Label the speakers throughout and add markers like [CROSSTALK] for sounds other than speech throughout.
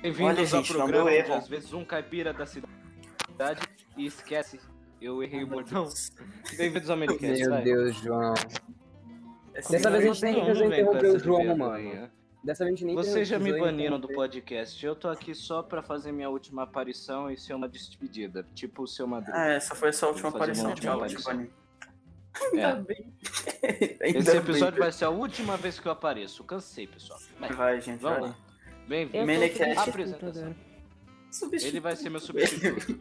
Speaker 1: Bem-vindos
Speaker 2: Olha,
Speaker 1: ao
Speaker 2: gente,
Speaker 1: programa
Speaker 2: não deu
Speaker 1: onde
Speaker 2: erro.
Speaker 1: às vezes um caipira da cidade e esquece. Eu errei o bordão. Bem-vindos ao Americast.
Speaker 3: Meu
Speaker 1: vai.
Speaker 3: Deus, João.
Speaker 2: Essa
Speaker 3: Dessa vez não
Speaker 1: Não,
Speaker 3: tem
Speaker 1: não
Speaker 3: que
Speaker 1: vem com
Speaker 3: interromper o
Speaker 1: essas
Speaker 3: João, né?
Speaker 1: merda
Speaker 3: mano.
Speaker 1: aí.
Speaker 3: Dessa vez a gente nem né?
Speaker 1: Vocês já me
Speaker 3: precisou
Speaker 1: baniram do
Speaker 3: interromper.
Speaker 1: podcast. Eu tô aqui só pra fazer minha última aparição e ser uma despedida. Tipo o seu Madruga.
Speaker 2: Ah, essa foi a sua última
Speaker 1: Vou fazer uma
Speaker 2: aparição.
Speaker 1: última
Speaker 2: Tchau,
Speaker 1: aparição. [LAUGHS]
Speaker 2: Giovanni.
Speaker 1: É.
Speaker 2: Ah, tá Ainda
Speaker 1: Esse
Speaker 2: bem.
Speaker 1: episódio vai ser a última vez que eu apareço. Cansei, pessoal. Mas,
Speaker 2: Vai, gente,
Speaker 1: vamos
Speaker 2: vai.
Speaker 1: lá. Bem-vindo.
Speaker 2: Eu tô Melecast.
Speaker 1: Apresentação. Ele vai ser meu substituto.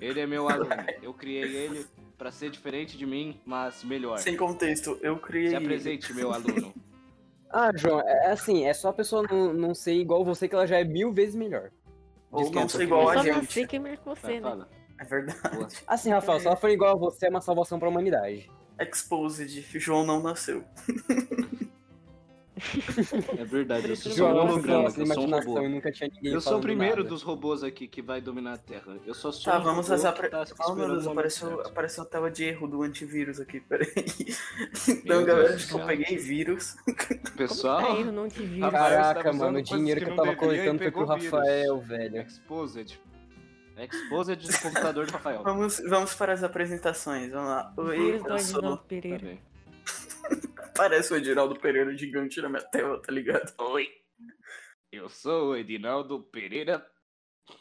Speaker 1: Ele é meu aluno. Eu criei ele pra ser diferente de mim, mas melhor.
Speaker 2: Sem contexto, eu criei.
Speaker 1: Se apresente,
Speaker 3: [LAUGHS]
Speaker 1: meu aluno.
Speaker 3: Ah, João, é assim, é só a pessoa não, não ser igual você que ela já é mil vezes melhor.
Speaker 2: Ou não
Speaker 1: Descansa,
Speaker 2: ser
Speaker 1: Ó,
Speaker 2: igual
Speaker 4: Eu
Speaker 2: a
Speaker 4: só
Speaker 1: filho.
Speaker 2: gente.
Speaker 4: nasci que melhor que
Speaker 1: Vai,
Speaker 4: você, né?
Speaker 1: fala.
Speaker 2: É verdade. [LAUGHS]
Speaker 1: Boa.
Speaker 3: Assim, Rafael, se ela for igual a você, é uma salvação pra humanidade.
Speaker 2: Exposed. João não nasceu.
Speaker 1: É verdade, eu sou
Speaker 3: João,
Speaker 1: um
Speaker 3: não
Speaker 1: holograma,
Speaker 3: essa
Speaker 1: eu sou um
Speaker 3: imaginação
Speaker 1: robô.
Speaker 3: e nunca tinha ninguém
Speaker 1: Eu sou o
Speaker 3: falando
Speaker 1: primeiro
Speaker 3: nada.
Speaker 1: dos robôs aqui que vai dominar a Terra. Eu só sou
Speaker 2: Tá,
Speaker 1: um
Speaker 2: vamos
Speaker 1: robô
Speaker 2: às
Speaker 1: que
Speaker 2: apre...
Speaker 1: tá
Speaker 2: Oh, meu
Speaker 1: esperando
Speaker 2: Deus,
Speaker 1: o momento
Speaker 2: apareceu,
Speaker 1: certo.
Speaker 2: apareceu a tela de erro do antivírus aqui, peraí.
Speaker 1: Meu
Speaker 2: [LAUGHS] Então, galera,
Speaker 1: Deus
Speaker 2: acho
Speaker 1: do
Speaker 2: que eu
Speaker 1: céu.
Speaker 2: peguei vírus. tá
Speaker 4: Aí
Speaker 1: Pessoal,
Speaker 4: eu é não te vi.
Speaker 1: Rapaz,
Speaker 3: Caraca,
Speaker 1: tava
Speaker 3: mano, o
Speaker 1: usando coisas
Speaker 3: dinheiro
Speaker 1: que
Speaker 3: que eu
Speaker 1: não
Speaker 3: tava
Speaker 1: devia e
Speaker 3: coletando foi pro
Speaker 1: pegou vírus.
Speaker 3: Rafael, velho.
Speaker 1: Exposed. Exposed do computador do Rafael. Tá
Speaker 2: Vamos, vamos para as apresentações, vamos lá. Oi,
Speaker 4: Vírus do
Speaker 2: eu sou...
Speaker 4: Adinaldo Pereira.
Speaker 1: Tá bem.
Speaker 2: Parece o Edinaldo Pereira gigante na minha tela, tá ligado?
Speaker 1: Oi. Eu sou o Edinaldo Pereira.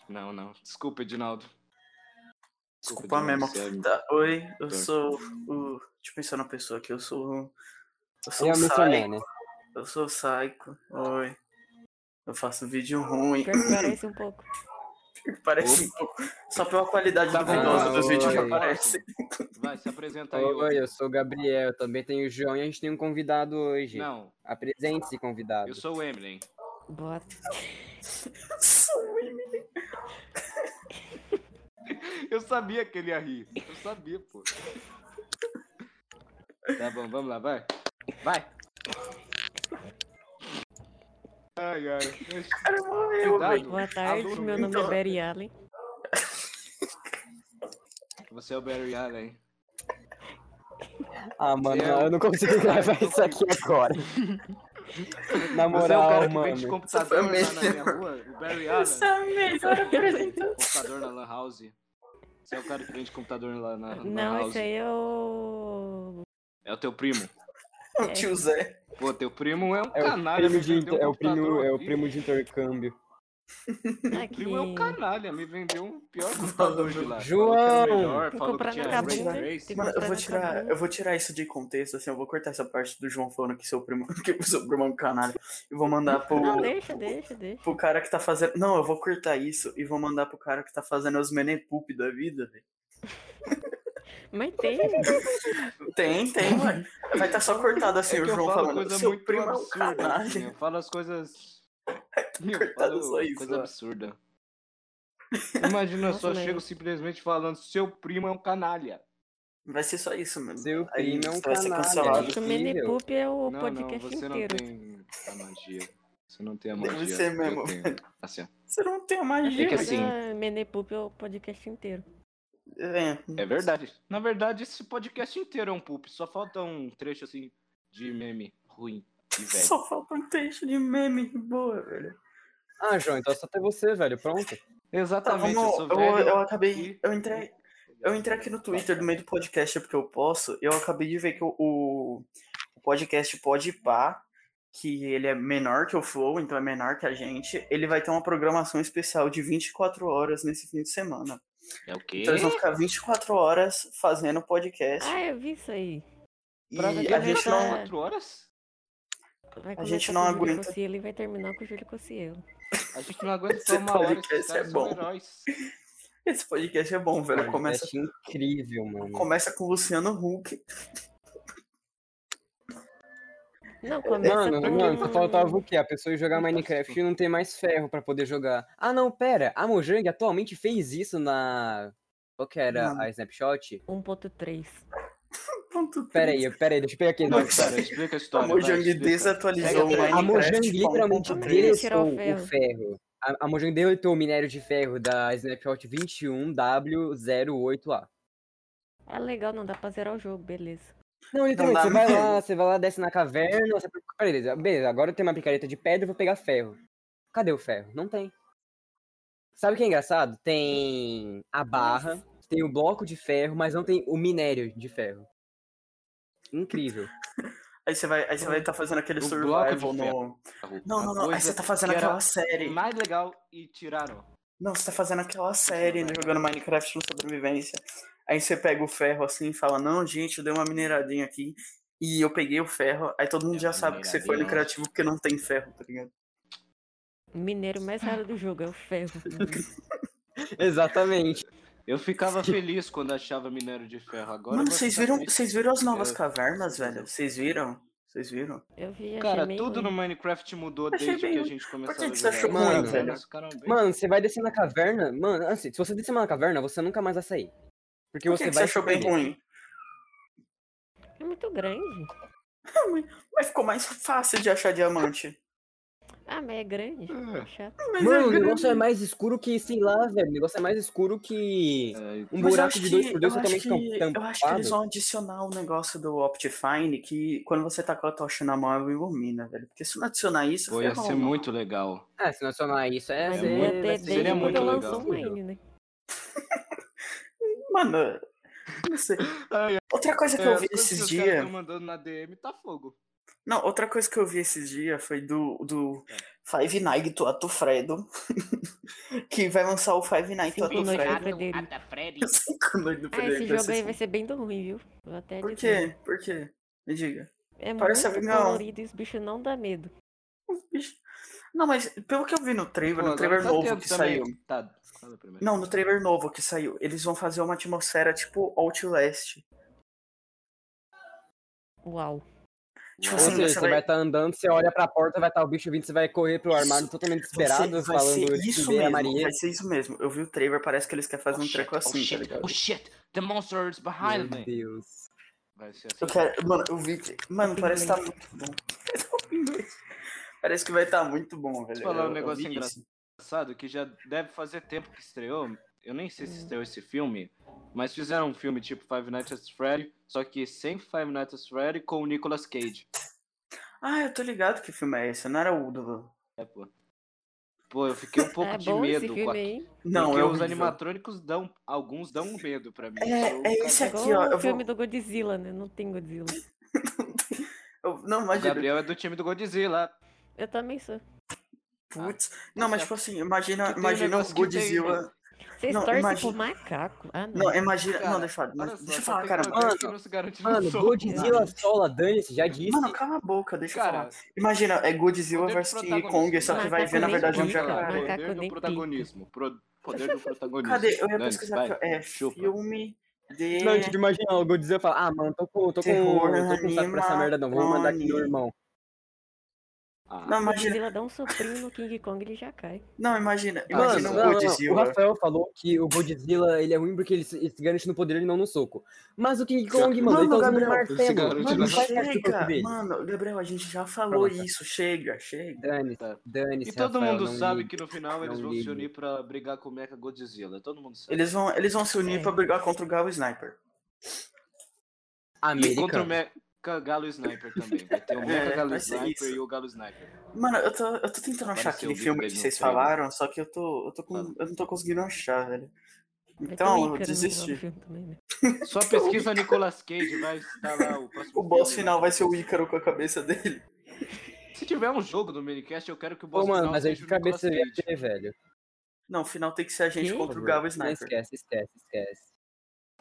Speaker 1: Não, não. Desculpa, Edinaldo.
Speaker 2: Desculpa
Speaker 1: Edinaldo, é
Speaker 2: mesmo.
Speaker 1: sério.
Speaker 2: Tá, oi, eu
Speaker 1: Tá.
Speaker 2: sou o... Deixa eu pensar na pessoa aqui, eu sou... o- Eu sou
Speaker 3: Eu
Speaker 2: o
Speaker 3: mencionei,
Speaker 2: Psycho,
Speaker 3: né?
Speaker 2: eu sou o Psycho, oi. Eu faço vídeo ruim,
Speaker 4: Pior que parece um pouco.
Speaker 2: [LAUGHS] parece um pouco... Só pela qualidade
Speaker 1: Tá bom,
Speaker 2: duvidosa dos
Speaker 3: oi.
Speaker 2: vídeos que aparecem.
Speaker 1: Vai, se apresenta Tá aí.
Speaker 3: Oi,
Speaker 1: outro.
Speaker 3: eu sou o Gabriel, também tem o João e a gente tem um convidado hoje.
Speaker 1: Não,
Speaker 3: Apresente-se, convidado.
Speaker 1: eu sou o Eminem.
Speaker 4: Bota.
Speaker 1: Eu sabia que ele ia rir. Eu sabia, pô. Tá bom, vamos lá, vai. Vai. Ai, ai.
Speaker 2: Cara, morreu, velho.
Speaker 1: Cuidado.
Speaker 4: Boa tarde,
Speaker 1: Aluno,
Speaker 4: meu nome
Speaker 2: então.
Speaker 4: é Barry Allen.
Speaker 1: Você é o Barry Allen.
Speaker 3: Ah, mano,
Speaker 1: um [LAUGHS] Eu- um
Speaker 3: eu não consigo gravar isso aqui
Speaker 1: [LAUGHS]
Speaker 3: agora.
Speaker 1: Você é
Speaker 3: Na
Speaker 1: o
Speaker 3: moral,
Speaker 1: cara que vende
Speaker 3: mano.
Speaker 1: computador lá
Speaker 2: Você
Speaker 1: na
Speaker 2: foi
Speaker 1: minha rua? O Barry Allen.
Speaker 2: Essa é
Speaker 1: [LAUGHS]
Speaker 2: a melhor apresentação.
Speaker 1: Computador na Lan House. Você é o cara que vende computador lá na na Lan
Speaker 4: Não,
Speaker 1: House.
Speaker 4: esse aí é o.
Speaker 1: É o teu primo.
Speaker 2: O tio Zé.
Speaker 1: Pô, teu primo é um
Speaker 3: É o
Speaker 1: canalha.
Speaker 3: primo
Speaker 1: me
Speaker 3: de,
Speaker 1: vendeu
Speaker 3: inter-
Speaker 1: um
Speaker 3: é o primo,
Speaker 1: computador
Speaker 3: é o
Speaker 1: horrível.
Speaker 3: primo de intercâmbio.
Speaker 1: O primo é um
Speaker 4: Aqui.
Speaker 1: canalha, me vendeu um
Speaker 4: [LAUGHS]
Speaker 1: pior computador de lá.
Speaker 3: João!
Speaker 1: Falou que era o melhor,
Speaker 4: Tem que
Speaker 1: falou que
Speaker 4: comprar
Speaker 1: tinha
Speaker 4: na Kabum,
Speaker 1: Ray
Speaker 4: né?
Speaker 1: Trace.
Speaker 4: Tem que
Speaker 2: Mano, eu
Speaker 4: comprar
Speaker 2: vou
Speaker 4: na
Speaker 2: tirar,
Speaker 4: Kabum.
Speaker 2: eu vou tirar isso de contexto, assim, eu vou cortar essa parte do João falando que seu primo, [LAUGHS] que o seu primo é um canalha. E vou mandar pro,
Speaker 4: Não, deixa, deixa, deixa.
Speaker 2: pro cara que tá fazendo. Não, eu vou cortar isso e vou mandar pro cara que tá fazendo os menepup da vida, velho.
Speaker 4: Mas tem.
Speaker 2: Tem, tem, mano. Vai estar só cortado assim
Speaker 1: É
Speaker 2: o
Speaker 1: que eu
Speaker 2: João
Speaker 1: falo
Speaker 2: falando.
Speaker 1: coisa
Speaker 2: Seu
Speaker 1: muito
Speaker 2: primo é um
Speaker 1: absurda. assim,
Speaker 2: canalha.
Speaker 1: Eu falo as
Speaker 2: [LAUGHS]
Speaker 1: coisas. Meu, eu
Speaker 2: Coitado,
Speaker 1: falo
Speaker 2: só isso,
Speaker 1: coisa
Speaker 2: ó.
Speaker 1: absurda. Imagina, eu
Speaker 4: [LAUGHS] Nossa,
Speaker 1: só
Speaker 4: mas-
Speaker 1: chego simplesmente falando: seu primo é um canalha.
Speaker 2: Vai ser só isso, mano.
Speaker 3: Seu
Speaker 2: Aí
Speaker 3: primo é
Speaker 2: você
Speaker 3: um
Speaker 2: vai ser
Speaker 3: canalha.
Speaker 2: cancelado.
Speaker 4: Gente, o
Speaker 3: Incrível.
Speaker 4: Menepup é o
Speaker 1: assim, não,
Speaker 4: podcast
Speaker 1: não, você
Speaker 4: inteiro.
Speaker 1: não tem a magia. Você não tem a
Speaker 2: Deve
Speaker 1: magia.
Speaker 2: ser
Speaker 1: que eu
Speaker 2: mesmo.
Speaker 1: tenho. Assim, ó.
Speaker 2: Você não tem a magia,
Speaker 1: É que
Speaker 2: velho.
Speaker 1: assim-
Speaker 4: Ah, Menepup é o podcast inteiro.
Speaker 2: É.
Speaker 1: é verdade. Na verdade, esse podcast inteiro é um poop. Só falta um trecho assim de meme ruim e velho.
Speaker 2: Só falta um texto de meme de boa, velho.
Speaker 3: Ah, João, então é só até você, velho. Pronto.
Speaker 2: Tá,
Speaker 1: Exatamente, eu
Speaker 2: vamos,
Speaker 1: sou
Speaker 2: eu,
Speaker 1: velho.
Speaker 2: eu acabei.
Speaker 1: e-
Speaker 2: Eu entrei, eu entrei aqui no Twitter no meio do podcast porque eu posso. E eu acabei de ver que o, o o podcast Pode Pá, que ele é menor que o Flow, então é menor que a gente. Ele vai ter uma programação especial de 24 horas nesse fim de semana.
Speaker 1: É o quê?
Speaker 2: Então eles vão ficar 24 horas fazendo podcast.
Speaker 4: Ah, eu vi isso aí.
Speaker 2: e
Speaker 1: Prova de
Speaker 2: a gente
Speaker 4: alimentação.
Speaker 2: não.
Speaker 1: quatro horas?
Speaker 4: Vai
Speaker 2: A gente
Speaker 4: começar
Speaker 2: não
Speaker 4: com o Júlio
Speaker 2: aguenta.
Speaker 4: Cossielo e vai terminar com o Júlio Cossielo.
Speaker 1: A gente não aguenta
Speaker 2: Esse
Speaker 1: uma hora, esses caras
Speaker 2: podcast é
Speaker 1: são
Speaker 2: bom.
Speaker 1: heróis.
Speaker 2: Esse podcast é bom, velho. Começa,
Speaker 3: Podcast incrível, mano.
Speaker 2: começa com o Luciano Huck.
Speaker 4: Não, começa um
Speaker 3: Mano,
Speaker 4: com...
Speaker 3: mano, só faltava o quê? A pessoa jogar Minecraft e não tá tem mais ferro pra poder jogar. Ah, não, pera. A Mojang atualmente fez isso na... Qual que era
Speaker 2: Mano.
Speaker 3: a Snapshot?
Speaker 4: 1.3.
Speaker 2: Ponto
Speaker 3: Pera aí, pera aí, deixa eu pegar aqui.
Speaker 1: Não, cara, explica a história.
Speaker 2: A Mojang
Speaker 1: vai, explica.
Speaker 2: desatualizou
Speaker 1: Pega
Speaker 2: o
Speaker 1: a
Speaker 2: Minecraft.
Speaker 3: A Mojang
Speaker 2: pra
Speaker 3: literalmente
Speaker 2: 1.3.
Speaker 4: Ele tirou
Speaker 3: deletou
Speaker 4: o
Speaker 3: o
Speaker 4: ferro.
Speaker 3: ferro. A, a Mojang deletou o minério de ferro da Snapshot 21W08A.
Speaker 4: Ah, legal, não dá pra zerar o jogo, beleza.
Speaker 3: Não, literalmente,
Speaker 2: dá
Speaker 3: você vai
Speaker 2: mesmo. [LAUGHS]
Speaker 3: lá, você vai lá, desce na caverna, você... Peraí, beleza, beleza, agora eu tenho uma picareta de pedra, eu vou pegar ferro. Cadê o ferro? Não tem. Sabe o que é engraçado? Tem a barra, tem o bloco de ferro, mas não tem o minério de ferro.
Speaker 2: [LAUGHS]
Speaker 3: Incrível.
Speaker 2: Aí você vai estar vai tá fazendo aquele
Speaker 1: Um bloco de
Speaker 2: survival no. Não, não,
Speaker 1: Uma
Speaker 2: não. Aí
Speaker 1: coisa
Speaker 2: você tá fazendo
Speaker 1: que era
Speaker 2: aquela série.
Speaker 1: Mais legal e tiraram.
Speaker 2: Não, você tá fazendo aquela série, né? Jogando Minecraft no sobrevivência. Aí você pega o ferro assim e fala, não, gente, eu dei uma mineradinha aqui. E eu peguei o ferro. Aí todo mundo já sabe que você foi no
Speaker 1: Mineradinha.
Speaker 2: criativo porque não tem ferro, tá ligado?
Speaker 4: Mineiro mais raro do jogo é
Speaker 2: [LAUGHS]
Speaker 4: o ferro.
Speaker 3: Exatamente.
Speaker 1: Eu ficava feliz quando achava minério de ferro. Agora tá eu
Speaker 2: Mano,
Speaker 1: vou
Speaker 2: vocês
Speaker 1: ficar
Speaker 2: viram,
Speaker 1: triste.
Speaker 2: vocês viram as novas
Speaker 1: Eu-
Speaker 2: cavernas, velho? Vocês viram? Vocês viram?
Speaker 4: Eu vi, achei
Speaker 1: Cara,
Speaker 4: meio
Speaker 1: tudo no
Speaker 4: ruim.
Speaker 1: Minecraft mudou
Speaker 2: Achei
Speaker 1: desde
Speaker 2: bem
Speaker 1: que a
Speaker 2: ruim.
Speaker 1: gente começou
Speaker 2: que
Speaker 1: a
Speaker 2: que você
Speaker 1: jogar.
Speaker 2: achou
Speaker 3: ruim,
Speaker 1: Mano,
Speaker 2: velho?
Speaker 1: os caras bem-
Speaker 3: Mano, você vai descer na caverna. Mano, assim, se você descer na caverna, você nunca mais vai sair. Porque
Speaker 2: Por que
Speaker 3: você
Speaker 2: que
Speaker 3: vai.
Speaker 2: você achou
Speaker 3: se
Speaker 2: bem
Speaker 3: perder.
Speaker 2: ruim?
Speaker 4: É muito grande.
Speaker 2: Mas ficou mais fácil de achar diamante.
Speaker 4: Ah, mas é grande.
Speaker 1: É.
Speaker 4: Chato.
Speaker 2: Mas
Speaker 3: Mano,
Speaker 2: é
Speaker 3: o negócio é
Speaker 2: grande.
Speaker 3: mais escuro que, sei lá, velho. O negócio é mais escuro que.
Speaker 1: É,
Speaker 3: Um
Speaker 2: Mas eu
Speaker 3: buraco
Speaker 2: acho
Speaker 3: de dois
Speaker 2: que-
Speaker 3: por dois
Speaker 2: eu acho
Speaker 3: totalmente
Speaker 2: que-
Speaker 3: tam-
Speaker 2: Eu acho que eles
Speaker 3: tampado.
Speaker 2: vão adicionar o negócio do Optifine, que quando você tá com a tocha na mão, ela ilumina, velho. Porque se não adicionar isso,
Speaker 1: Pô, ia
Speaker 2: ferrou,
Speaker 1: ser
Speaker 2: mano.
Speaker 1: muito legal.
Speaker 3: Ah, se não adicionar isso, é.
Speaker 4: Mas
Speaker 1: é
Speaker 3: é-
Speaker 4: ia
Speaker 1: muito-
Speaker 4: ter
Speaker 3: vai ser-
Speaker 1: seria
Speaker 4: desde quando
Speaker 1: muito
Speaker 4: lançou o
Speaker 3: legal.
Speaker 4: Mine, né?
Speaker 2: Mano, não sei.
Speaker 1: [LAUGHS] Ai, É,
Speaker 2: Outra coisa que eu vi esses dias.
Speaker 1: mandando na DM tá fogo.
Speaker 2: Não, outra coisa que eu vi esses dias foi do, do
Speaker 1: É.
Speaker 2: Five Nights at to Fredo. [LAUGHS] que vai lançar o Five Nights at
Speaker 4: Cinco
Speaker 2: to
Speaker 4: noites do
Speaker 2: Fredo.
Speaker 4: Frederico.
Speaker 2: [LAUGHS] Cinco noites do
Speaker 4: Ah, esse
Speaker 2: Frederico,
Speaker 4: jogo aí
Speaker 2: assim.
Speaker 4: vai ser bem do ruim, viu? Vou até
Speaker 2: Por
Speaker 4: dizer.
Speaker 2: quê? Por quê? Me diga.
Speaker 4: É
Speaker 2: Parece
Speaker 4: muito
Speaker 2: avião.
Speaker 4: colorido e os bichos não dá medo.
Speaker 2: Ixi. Não, mas pelo que eu vi no trailer,
Speaker 1: Pô,
Speaker 2: no
Speaker 1: agora
Speaker 2: trailer
Speaker 1: tá
Speaker 2: novo
Speaker 1: tendo
Speaker 2: que
Speaker 1: também.
Speaker 2: saiu.
Speaker 1: Tá, fala primeiro.
Speaker 2: Não, no trailer novo que saiu, eles vão fazer uma atmosfera tipo Outlast.
Speaker 4: Uau.
Speaker 1: Um
Speaker 2: Tipo
Speaker 3: Ou
Speaker 2: assim,
Speaker 3: seja,
Speaker 2: você
Speaker 3: você
Speaker 2: vai-
Speaker 3: vai estar andando, você olha pra porta, vai estar o bicho vindo, você vai correr pro armário totalmente
Speaker 2: Vai ser-
Speaker 3: desesperado,
Speaker 2: vai
Speaker 3: falando
Speaker 2: ser
Speaker 3: "Te
Speaker 2: isso
Speaker 3: dei a
Speaker 2: mesmo,
Speaker 3: Maria.
Speaker 2: vai ser isso mesmo. Eu vi o trailer, parece que eles querem fazer um treco assim, tá ligado?
Speaker 1: Oh shit, the monster is behind
Speaker 3: Meu
Speaker 1: me.
Speaker 3: Deus.
Speaker 1: Vai ser
Speaker 2: Eu
Speaker 1: assim.
Speaker 2: quero, mano, eu vi. que- Mano, parece que tá muito bom. [LAUGHS] parece que vai estar muito bom, velho.
Speaker 1: Deixa eu falar um
Speaker 2: Eu- eu
Speaker 1: negócio
Speaker 2: vi isso.
Speaker 1: engraçado. Engraçado que já deve fazer tempo que estreou. Eu nem sei se estreou esse filme, mas fizeram um filme tipo Five Nights at Freddy, só que sem Five Nights at Freddy com o Nicolas Cage.
Speaker 2: Ah, eu tô ligado que filme é esse, não era o do.
Speaker 1: É, pô. Pô, eu fiquei um pouco
Speaker 4: [LAUGHS] é
Speaker 1: de
Speaker 4: bom esse
Speaker 1: medo
Speaker 4: filme
Speaker 1: com a...
Speaker 4: aí. hein?
Speaker 2: Não,
Speaker 1: Porque
Speaker 2: é
Speaker 1: os
Speaker 2: horrível.
Speaker 1: animatrônicos dão. Alguns dão um medo pra mim.
Speaker 2: É-
Speaker 1: Eu-
Speaker 2: é esse
Speaker 4: É
Speaker 2: Aqui,
Speaker 4: igual
Speaker 2: ó, eu vou-
Speaker 4: o filme do Godzilla, né? Não tem Godzilla.
Speaker 2: Eu- não,
Speaker 1: O
Speaker 2: imagina.
Speaker 1: Gabriel é do time do Godzilla.
Speaker 4: Eu também sou.
Speaker 2: Putz. Não, mas tipo assim, imagina,
Speaker 1: Que tem um
Speaker 2: imagina o
Speaker 1: negócio que tem,
Speaker 2: Godzilla.
Speaker 4: Vocês
Speaker 2: Não,
Speaker 4: torcem
Speaker 2: imagina-
Speaker 4: por macaco? Ah, não.
Speaker 2: Não, é imagina.
Speaker 1: Cara,
Speaker 2: não, deixa eu falar.
Speaker 1: Olha só,
Speaker 2: Deixa
Speaker 1: só
Speaker 2: eu falar,
Speaker 1: tem
Speaker 2: cara.
Speaker 1: problema
Speaker 3: mano.
Speaker 1: que não se garante no
Speaker 3: Mano,
Speaker 1: soco.
Speaker 3: Godzilla sola, dane-se, já disse.
Speaker 2: Mano, cala a boca, deixa eu falar.
Speaker 1: Cara,
Speaker 2: Imagina, é Godzilla
Speaker 1: poder do
Speaker 2: versus King Kong, só que
Speaker 1: protagonista.
Speaker 2: vai ver, na
Speaker 4: Macaco
Speaker 2: verdade, é um
Speaker 4: nem pica,
Speaker 2: jacaré.
Speaker 4: macaco
Speaker 1: Poder do
Speaker 4: nem
Speaker 1: protagonismo. Pro- Poder
Speaker 2: [LAUGHS]
Speaker 1: do protagonismo.
Speaker 2: Cadê? Eu ia
Speaker 1: Dane-se,
Speaker 2: pesquisar aqui,
Speaker 1: vai,
Speaker 2: ó. É
Speaker 1: chupa.
Speaker 2: filme de.
Speaker 3: Não, tipo, imagina, o Godzilla fala, ah, mano, tô com, tô com,
Speaker 2: Terror,
Speaker 3: tô com saco pra essa merda não, vou mandar aqui meu irmão.
Speaker 1: Ah,
Speaker 2: Não,
Speaker 4: O
Speaker 2: imagina.
Speaker 4: Godzilla dá um soprinho no King Kong ele já cai.
Speaker 2: Não, imagina.
Speaker 1: Ah,
Speaker 3: Mano,
Speaker 2: Imagina
Speaker 3: não,
Speaker 2: o
Speaker 3: não, não, o
Speaker 2: Godzilla.
Speaker 3: Rafael falou que o Godzilla, ele é ruim porque ele se, ele se garante no poder e não no soco. Mas o King Kong, mano,
Speaker 2: Mano,
Speaker 3: ele tá usando
Speaker 2: Gabriel,
Speaker 3: um
Speaker 1: ele se
Speaker 3: martelo.
Speaker 1: garante
Speaker 2: Mano,
Speaker 3: Mano,
Speaker 1: no-
Speaker 3: faz parte do corpo
Speaker 2: chega.
Speaker 3: dele.
Speaker 2: Mano, Gabriel, a gente já falou
Speaker 3: Pronto.
Speaker 2: isso. Chega, chega.
Speaker 3: Dane-se, dane-se,
Speaker 1: E todo
Speaker 3: Rafael,
Speaker 1: mundo
Speaker 3: não
Speaker 1: sabe
Speaker 3: liga.
Speaker 1: que no final
Speaker 3: não
Speaker 1: eles vão
Speaker 3: ligue.
Speaker 1: se unir pra brigar com o Mecha Godzilla. Todo mundo sabe.
Speaker 2: Eles vão, eles vão se unir pra brigar contra o Galo Sniper.
Speaker 1: E contra o
Speaker 3: Americano.
Speaker 1: Mecha Galo Sniper também. Vai ter o
Speaker 2: É,
Speaker 1: Mecha Galo
Speaker 2: vai ser
Speaker 1: Sniper
Speaker 2: isso.
Speaker 1: e o Galo Sniper.
Speaker 2: Mano, eu tô, eu tô
Speaker 1: Apareceu
Speaker 2: tentando achar
Speaker 1: o
Speaker 2: aquele
Speaker 1: vídeo
Speaker 2: filme
Speaker 1: dele
Speaker 2: que
Speaker 1: no
Speaker 2: vocês
Speaker 1: trailer.
Speaker 2: falaram, só que eu tô. Eu, tô com,
Speaker 1: Fala.
Speaker 2: eu não tô conseguindo achar, velho.
Speaker 4: Vai ter
Speaker 2: Então,
Speaker 4: o
Speaker 2: eu
Speaker 4: É Ícaro no
Speaker 2: desisti.
Speaker 4: filme também, né?
Speaker 1: Só pesquisa Nicolas Cage, vai estar lá o próximo.
Speaker 2: O boss
Speaker 1: filme.
Speaker 2: final vai ser o Ícaro com a cabeça dele.
Speaker 1: Se tiver um jogo do Minicast, eu quero que o boss
Speaker 3: Pô, mano,
Speaker 1: final
Speaker 3: mas aí
Speaker 1: seja
Speaker 3: de
Speaker 1: o Nicolas
Speaker 3: cabeça eu ia
Speaker 1: Cage.
Speaker 3: ter, velho.
Speaker 2: Não, o final tem que ser a gente
Speaker 4: Que?
Speaker 2: contra o Galo
Speaker 3: Não
Speaker 2: Sniper.
Speaker 3: esquece, esquece, esquece.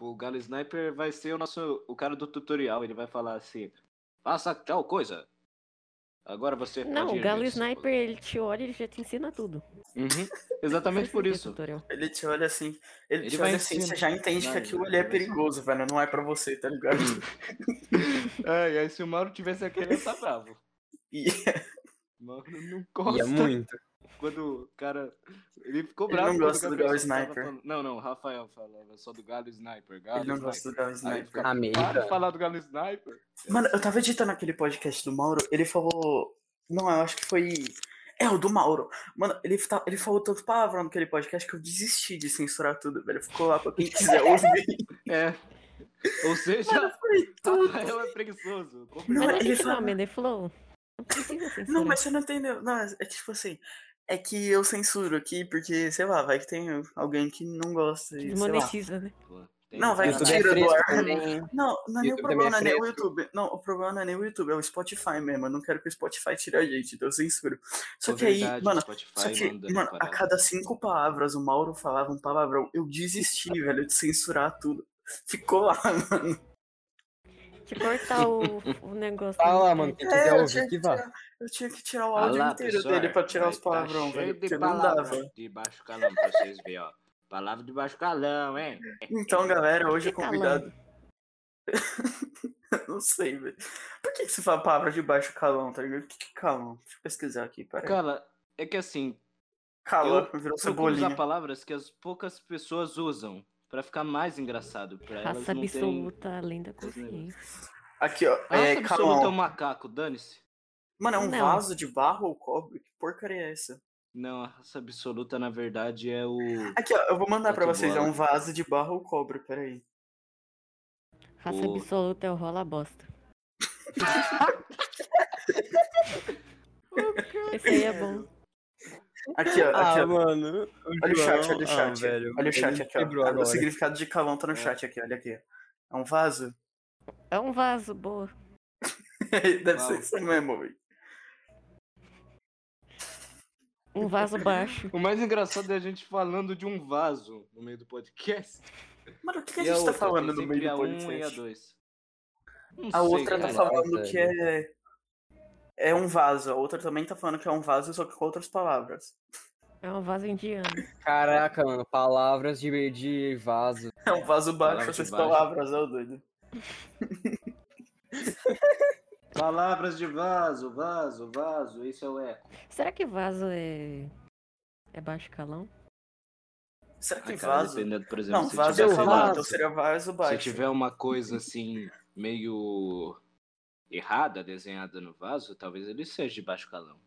Speaker 1: O Galo Sniper vai ser o nosso. o cara do tutorial. Ele vai falar assim: faça tal coisa. Agora você.
Speaker 4: Não,
Speaker 1: pode
Speaker 4: o Galo
Speaker 1: erguer esse
Speaker 4: Sniper, ele te olha e ele já te ensina tudo.
Speaker 1: bolo." Uhum, Exatamente por
Speaker 4: Esse
Speaker 1: isso.
Speaker 4: tutorial.
Speaker 2: Ele te olha assim, ele,
Speaker 1: Ele
Speaker 2: te
Speaker 1: vai
Speaker 2: olha assim, você
Speaker 1: ensinando.
Speaker 2: já entende que
Speaker 1: Vai,
Speaker 2: aquilo
Speaker 1: vai,
Speaker 2: ali é
Speaker 1: vai.
Speaker 2: perigoso, velho, não é pra você, tá ligado?
Speaker 1: É, e aí se o Mauro tivesse aqui, ele ia estar bravo.
Speaker 2: [LAUGHS] E é
Speaker 1: Mauro não gosta.
Speaker 3: Ia muito.
Speaker 1: Quando o cara. Ele ficou
Speaker 2: Ele
Speaker 1: bravo.
Speaker 2: não
Speaker 1: quando o
Speaker 2: gosta do
Speaker 1: Gabriel
Speaker 2: Galo
Speaker 1: Santana
Speaker 2: Sniper.
Speaker 1: falou- Não, não, o Rafael falava só do Galo Sniper. Galo
Speaker 2: ele não
Speaker 1: Sniper.
Speaker 2: gosta do Galo
Speaker 1: Aí
Speaker 2: Sniper.
Speaker 1: ele fica, Para de
Speaker 3: Americano.
Speaker 1: falar do Galo Sniper.
Speaker 2: Mano, eu tava editando aquele podcast do Mauro, ele falou. Não, eu acho que foi. É, o do Mauro. Mano, ele, tá- ele falou tanto palavrão naquele podcast que eu desisti de censurar tudo, velho. Ficou lá pra quem quiser ouvir.
Speaker 1: É. Ou seja, [LAUGHS]
Speaker 2: Mano, [LAUGHS] foi tudo.
Speaker 1: Rafael é preguiçoso.
Speaker 2: Não,
Speaker 4: Mas
Speaker 2: ele
Speaker 4: deixa eu
Speaker 2: fala-
Speaker 4: falar, Mendy Flow. Não
Speaker 2: [LAUGHS]
Speaker 4: precisa
Speaker 2: Não,
Speaker 4: censurar.
Speaker 2: mas você não entendeu. Não, é que tipo assim, É que eu censuro aqui, porque, sei lá, vai que tem alguém que não gosta e, sei lá.
Speaker 4: Desmonetiza, né?
Speaker 1: Pô, tem-
Speaker 2: Não, vai
Speaker 3: YouTube
Speaker 2: que tira do
Speaker 3: fresco
Speaker 2: ar.
Speaker 3: também.
Speaker 2: Não, não é nem o
Speaker 3: YouTube também é
Speaker 2: problema, não é nem o
Speaker 3: fresco.
Speaker 2: YouTube. Não, o problema não é nem o YouTube, é o Spotify mesmo. Eu não quero que o Spotify tire a gente, então eu censuro. Só
Speaker 1: Pô,
Speaker 2: que aí,
Speaker 1: verdade,
Speaker 2: mano,
Speaker 1: Spotify
Speaker 2: só que,
Speaker 1: manda
Speaker 2: mano, a
Speaker 1: parada.
Speaker 2: cada cinco palavras o Mauro falava um palavrão. Eu
Speaker 1: [LAUGHS]
Speaker 2: desisti, velho, de censurar tudo. Ficou lá, mano.
Speaker 4: Te cortar o,
Speaker 2: [LAUGHS]
Speaker 4: o negócio. né? da
Speaker 3: Fala,
Speaker 4: minha
Speaker 3: mano,
Speaker 4: cara.
Speaker 3: quem quiser
Speaker 2: É, né? eu
Speaker 3: ouvir
Speaker 2: tinha
Speaker 3: que
Speaker 2: que
Speaker 3: vá.
Speaker 2: tirar- Eu tinha que tirar o
Speaker 1: Olha
Speaker 2: áudio
Speaker 1: lá,
Speaker 2: inteiro
Speaker 1: pessoal,
Speaker 2: dele pra tirar os
Speaker 1: vai tá
Speaker 2: palavrão,
Speaker 1: cheio
Speaker 2: velho.
Speaker 1: de
Speaker 2: Porque não
Speaker 1: palavra
Speaker 2: dava.
Speaker 1: De baixo calão pra vocês verem, ó. Palavra de baixo calão, hein?
Speaker 2: Então, galera, hoje o
Speaker 4: Fica
Speaker 2: convidado. [LAUGHS] não sei, velho. Por que, que você fala palavra de baixo calão, tá ligado? O que, que é calão? Deixa eu pesquisar aqui, peraí.
Speaker 1: Cara, é que assim,
Speaker 2: Calão, virou
Speaker 1: procuro usar
Speaker 2: cebolinha.
Speaker 1: palavras que as poucas pessoas usam pra ficar mais engraçado. Pra elas
Speaker 4: Raça
Speaker 1: não terem...
Speaker 4: absoluta, além da
Speaker 1: esses
Speaker 4: consciência.
Speaker 2: Aqui, ó.
Speaker 1: Raça
Speaker 2: É
Speaker 1: absoluta é um
Speaker 2: calão.
Speaker 1: macaco, dane-se.
Speaker 2: Mano, é um
Speaker 4: Não.
Speaker 2: vaso de barro ou cobre? Que porcaria é essa?
Speaker 1: Não, a raça absoluta, na verdade, é o.
Speaker 2: Aqui, ó, eu vou mandar pra
Speaker 1: Outro
Speaker 2: vocês. É
Speaker 1: bola.
Speaker 2: um vaso de barro ou cobre, peraí.
Speaker 4: Raça
Speaker 1: O-
Speaker 4: absoluta é o
Speaker 2: [LAUGHS]
Speaker 4: rola bosta. Esse aí é bom.
Speaker 1: Então tá.
Speaker 2: Aqui, ó. Aqui,
Speaker 1: Ah,
Speaker 2: ó.
Speaker 3: mano.
Speaker 2: Olha o chat, olha o chat. olha o chat aqui, ó. O significado de calão tá no
Speaker 3: É.
Speaker 2: chat aqui, olha aqui. É um vaso? [LAUGHS]
Speaker 4: É um vaso, boa.
Speaker 2: Deve
Speaker 1: Uau.
Speaker 2: ser isso mesmo, velho.
Speaker 4: Um vaso baixo.
Speaker 1: O mais engraçado é a gente falando de um vaso no meio do podcast.
Speaker 2: Mano, o que, que a
Speaker 1: E
Speaker 2: gente tá
Speaker 1: outra,
Speaker 2: falando
Speaker 1: tem
Speaker 2: no meio
Speaker 1: sempre
Speaker 2: do
Speaker 1: a um e a
Speaker 2: podcast?
Speaker 1: dois. Não sei,
Speaker 2: A outra tá
Speaker 1: cara.
Speaker 2: falando
Speaker 3: Nossa,
Speaker 2: que é. É um vaso. A outra também tá falando que é um vaso, só que com outras palavras.
Speaker 4: É um vaso indiano.
Speaker 3: Caraca, mano, palavras de, de vaso.
Speaker 2: É um vaso baixo,
Speaker 1: Palavra
Speaker 2: essas
Speaker 1: de baixo.
Speaker 2: palavras, ô doido.
Speaker 1: Palavras de vaso, vaso, vaso, esse é o eco.
Speaker 4: Será que vaso é. É baixo calão?
Speaker 2: Será que
Speaker 1: Ah, cara,
Speaker 2: vaso?
Speaker 1: dependendo, por exemplo,
Speaker 2: Não,
Speaker 1: se
Speaker 2: vaso
Speaker 1: tiver,
Speaker 2: é
Speaker 3: tivesse
Speaker 1: sei
Speaker 2: falado,
Speaker 1: lá,
Speaker 3: vaso,
Speaker 2: então seria vaso
Speaker 1: se
Speaker 2: baixo.
Speaker 1: tiver uma coisa assim, meio errada desenhada no vaso, talvez ele seja de baixo calão.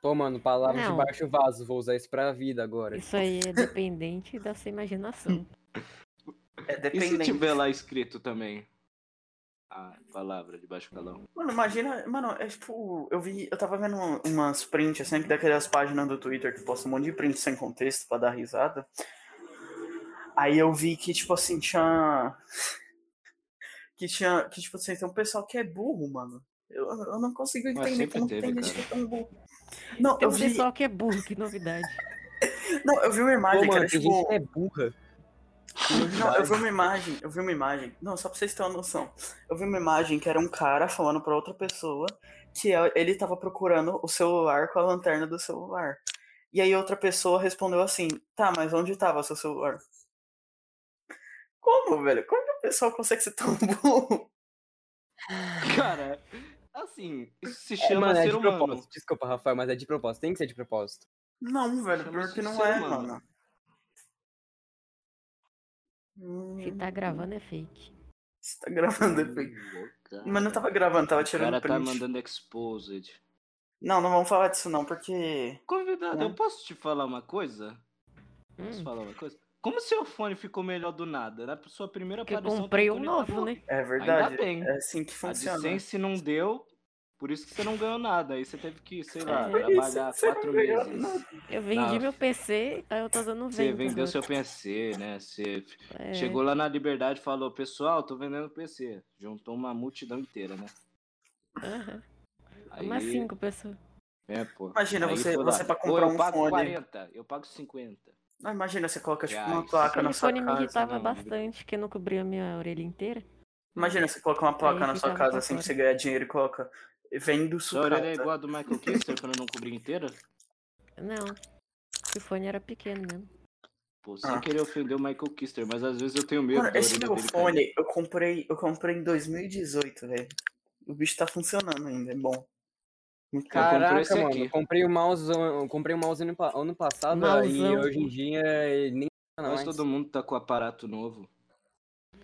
Speaker 3: Pô, mano, palavras
Speaker 4: Não.
Speaker 3: de baixo vaso. Vou usar isso pra vida agora.
Speaker 4: Isso aí é dependente da sua
Speaker 2: [LAUGHS]
Speaker 4: imaginação.
Speaker 2: É
Speaker 1: E se
Speaker 2: dependente.
Speaker 1: tiver lá escrito também a palavra de baixo calão? [LAUGHS]
Speaker 2: Mano, imagina. Mano, é tipo. Eu vi. Eu tava vendo um- umas prints, assim, daquelas páginas do Twitter que posta um monte de print sem contexto pra dar risada. Aí eu vi que, tipo assim, tinha. Que tinha. Que, tipo assim, tem um pessoal que é burro, mano. Eu, eu não consigo
Speaker 1: Mas
Speaker 2: entender
Speaker 1: sempre
Speaker 2: como
Speaker 1: teve,
Speaker 2: tem gente que
Speaker 1: cara.
Speaker 2: é tão burro. Não,
Speaker 4: Tem
Speaker 2: eu
Speaker 4: um
Speaker 2: vi.
Speaker 4: pessoal que é burro, que novidade.
Speaker 1: [LAUGHS]
Speaker 2: Não, eu vi uma
Speaker 3: Pô,
Speaker 2: imagem, que
Speaker 3: mano,
Speaker 2: era,
Speaker 3: tem
Speaker 2: tipo.
Speaker 3: gente que é burra.
Speaker 2: Não, eu vi uma imagem, eu vi uma imagem. Não, só pra vocês terem uma noção. Eu vi uma imagem que era um cara falando pra outra pessoa que a- ele tava procurando o celular com a lanterna do celular. E aí outra pessoa respondeu assim: "Tá, mas onde tava seu celular?" Como, velho? Como que o pessoal consegue ser tão [LAUGHS] bom?
Speaker 1: Cara, assim, isso se
Speaker 3: É,
Speaker 1: chama
Speaker 3: mano, é
Speaker 1: ser
Speaker 3: de
Speaker 1: humano.
Speaker 3: propósito. Desculpa, Rafael, mas é de propósito. Tem que ser de propósito.
Speaker 2: Não, velho, pior
Speaker 1: Chama-se
Speaker 2: que não
Speaker 1: ser
Speaker 2: é,
Speaker 1: humano.
Speaker 2: mano. Hum,
Speaker 4: Se tá gravando é fake.
Speaker 2: Você tá gravando, velho. Mas não tava gravando, tava
Speaker 1: O cara tá
Speaker 2: tirando print.
Speaker 1: mandando exposed.
Speaker 2: Não, não vamos falar disso não, porque
Speaker 1: Convidado,
Speaker 2: É.
Speaker 1: eu posso te falar uma coisa? Posso
Speaker 4: Hum,
Speaker 1: falar uma coisa? Como seu fone ficou melhor do nada? Na sua primeira
Speaker 4: porque eu
Speaker 1: aparição.
Speaker 4: comprei
Speaker 1: teu
Speaker 4: um
Speaker 1: fone
Speaker 4: novo,
Speaker 1: acabou.
Speaker 4: né?
Speaker 2: é
Speaker 1: Ainda
Speaker 2: verdade.
Speaker 1: bem.
Speaker 2: É assim que
Speaker 1: A
Speaker 2: funciona.
Speaker 1: licença não deu, por isso que você não ganhou nada. Aí você teve que, sei lá,
Speaker 4: É.
Speaker 2: Por [LAUGHS] isso que
Speaker 1: trabalhar
Speaker 2: você não
Speaker 1: quatro
Speaker 2: ganhou
Speaker 1: meses.
Speaker 2: nada.
Speaker 4: Eu vendi
Speaker 1: Não.
Speaker 4: meu PC, aí eu tô dando
Speaker 1: Você
Speaker 4: venda.
Speaker 1: vendeu seu PC, né? Você
Speaker 4: É,
Speaker 1: chegou lá na Liberdade e falou, pessoal, tô vendendo PC. Juntou uma multidão inteira, né?
Speaker 4: aham.
Speaker 1: Aí,
Speaker 4: Umas cinco pessoas.
Speaker 1: é, pô.
Speaker 2: Imagina
Speaker 1: Aí
Speaker 2: você,
Speaker 1: foi lá.
Speaker 2: você pra
Speaker 1: Pô,
Speaker 2: comprar
Speaker 1: eu
Speaker 2: um
Speaker 1: pago
Speaker 2: fone.
Speaker 1: 40, eu pago 50.
Speaker 2: Não, imagina você coloca tipo, uma
Speaker 1: Reais.
Speaker 2: placa na
Speaker 4: O
Speaker 2: sua
Speaker 4: fone me
Speaker 2: casa.
Speaker 4: irritava
Speaker 1: não,
Speaker 4: bastante, que não cobria minha orelha inteira.
Speaker 2: Imagina você coloca uma placa
Speaker 4: Aí
Speaker 2: na
Speaker 1: tá
Speaker 2: sua
Speaker 4: ficava
Speaker 2: casa
Speaker 4: pra
Speaker 2: assim que
Speaker 4: fora.
Speaker 2: você ganha dinheiro e coloca. Vendo
Speaker 1: Sua orelha é
Speaker 2: sucata.
Speaker 1: igual a do Michael Kister quando eu não cobri inteira?
Speaker 4: Não. O fone era pequeno mesmo.
Speaker 1: Pô, sem
Speaker 2: Ah.
Speaker 1: querer ofender o Michael Kister, mas às vezes eu tenho medo
Speaker 2: Mano,
Speaker 1: da
Speaker 2: esse
Speaker 1: orelha
Speaker 2: meu
Speaker 1: dele cair.
Speaker 2: fone eu comprei, eu comprei em 2018, velho. O bicho tá funcionando ainda, é bom. Muito bom.
Speaker 1: comprei
Speaker 3: Caraca,
Speaker 1: esse
Speaker 3: mano,
Speaker 1: aqui.
Speaker 3: comprei o mouse, eu comprei o mouse ano, pa- ano passado e
Speaker 4: Mauzão.
Speaker 3: hoje em dia ele nem funciona
Speaker 1: Mas
Speaker 3: mais.
Speaker 1: todo mundo tá com aparato novo.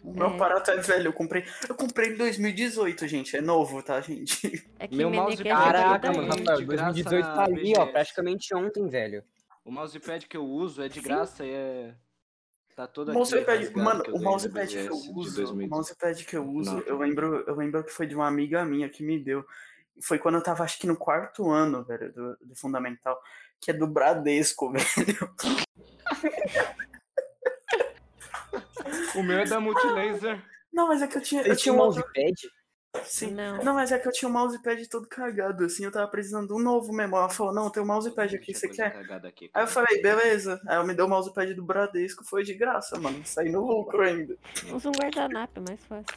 Speaker 2: O meu
Speaker 4: É.
Speaker 2: aparato é velho, eu comprei. Eu comprei em 2018, gente. É novo, tá, gente?
Speaker 4: É que
Speaker 1: Meu mouse-
Speaker 4: Meneghetti
Speaker 1: tá
Speaker 4: é de
Speaker 3: Caraca,
Speaker 4: tamanho.
Speaker 3: mano,
Speaker 1: Exatamente, de
Speaker 3: Rafael,
Speaker 1: graça
Speaker 3: 2018
Speaker 1: na
Speaker 3: tá ali, ó,
Speaker 1: BGS.
Speaker 3: praticamente ontem, velho.
Speaker 1: O mousepad que eu uso é de
Speaker 4: Sim.
Speaker 1: graça e é. Tá todo
Speaker 2: O
Speaker 1: aqui
Speaker 2: mousepad,
Speaker 1: rasgado
Speaker 2: mano,
Speaker 1: que eu
Speaker 2: o
Speaker 1: ganhei no
Speaker 2: mousepad que eu
Speaker 1: BGS de
Speaker 2: uso, o
Speaker 1: 2018.
Speaker 2: mousepad que eu uso,
Speaker 1: Não.
Speaker 2: eu lembro, eu lembro que foi de uma amiga minha que me deu. foi quando eu tava, acho que no quarto ano, velho, do, do Fundamental, que é do Bradesco, [LAUGHS] velho.
Speaker 1: O meu é da Multilaser.
Speaker 2: Não, mas é que eu tinha.
Speaker 3: Você
Speaker 2: Eu
Speaker 3: tinha
Speaker 2: tinha
Speaker 3: um
Speaker 2: uma outra.
Speaker 3: mousepad?
Speaker 2: Sim.
Speaker 4: Não.
Speaker 2: Não, mas é que eu tinha o mousepad todo cagado, assim, eu tava precisando de um novo mesmo. Ela falou, não, tem um mousepad aqui, você quer? Aí eu falei, beleza. Aí ela me deu o mousepad do Bradesco, foi de graça, mano. Saí no lucro ainda.
Speaker 4: Usa um guardanapo, é mais fácil.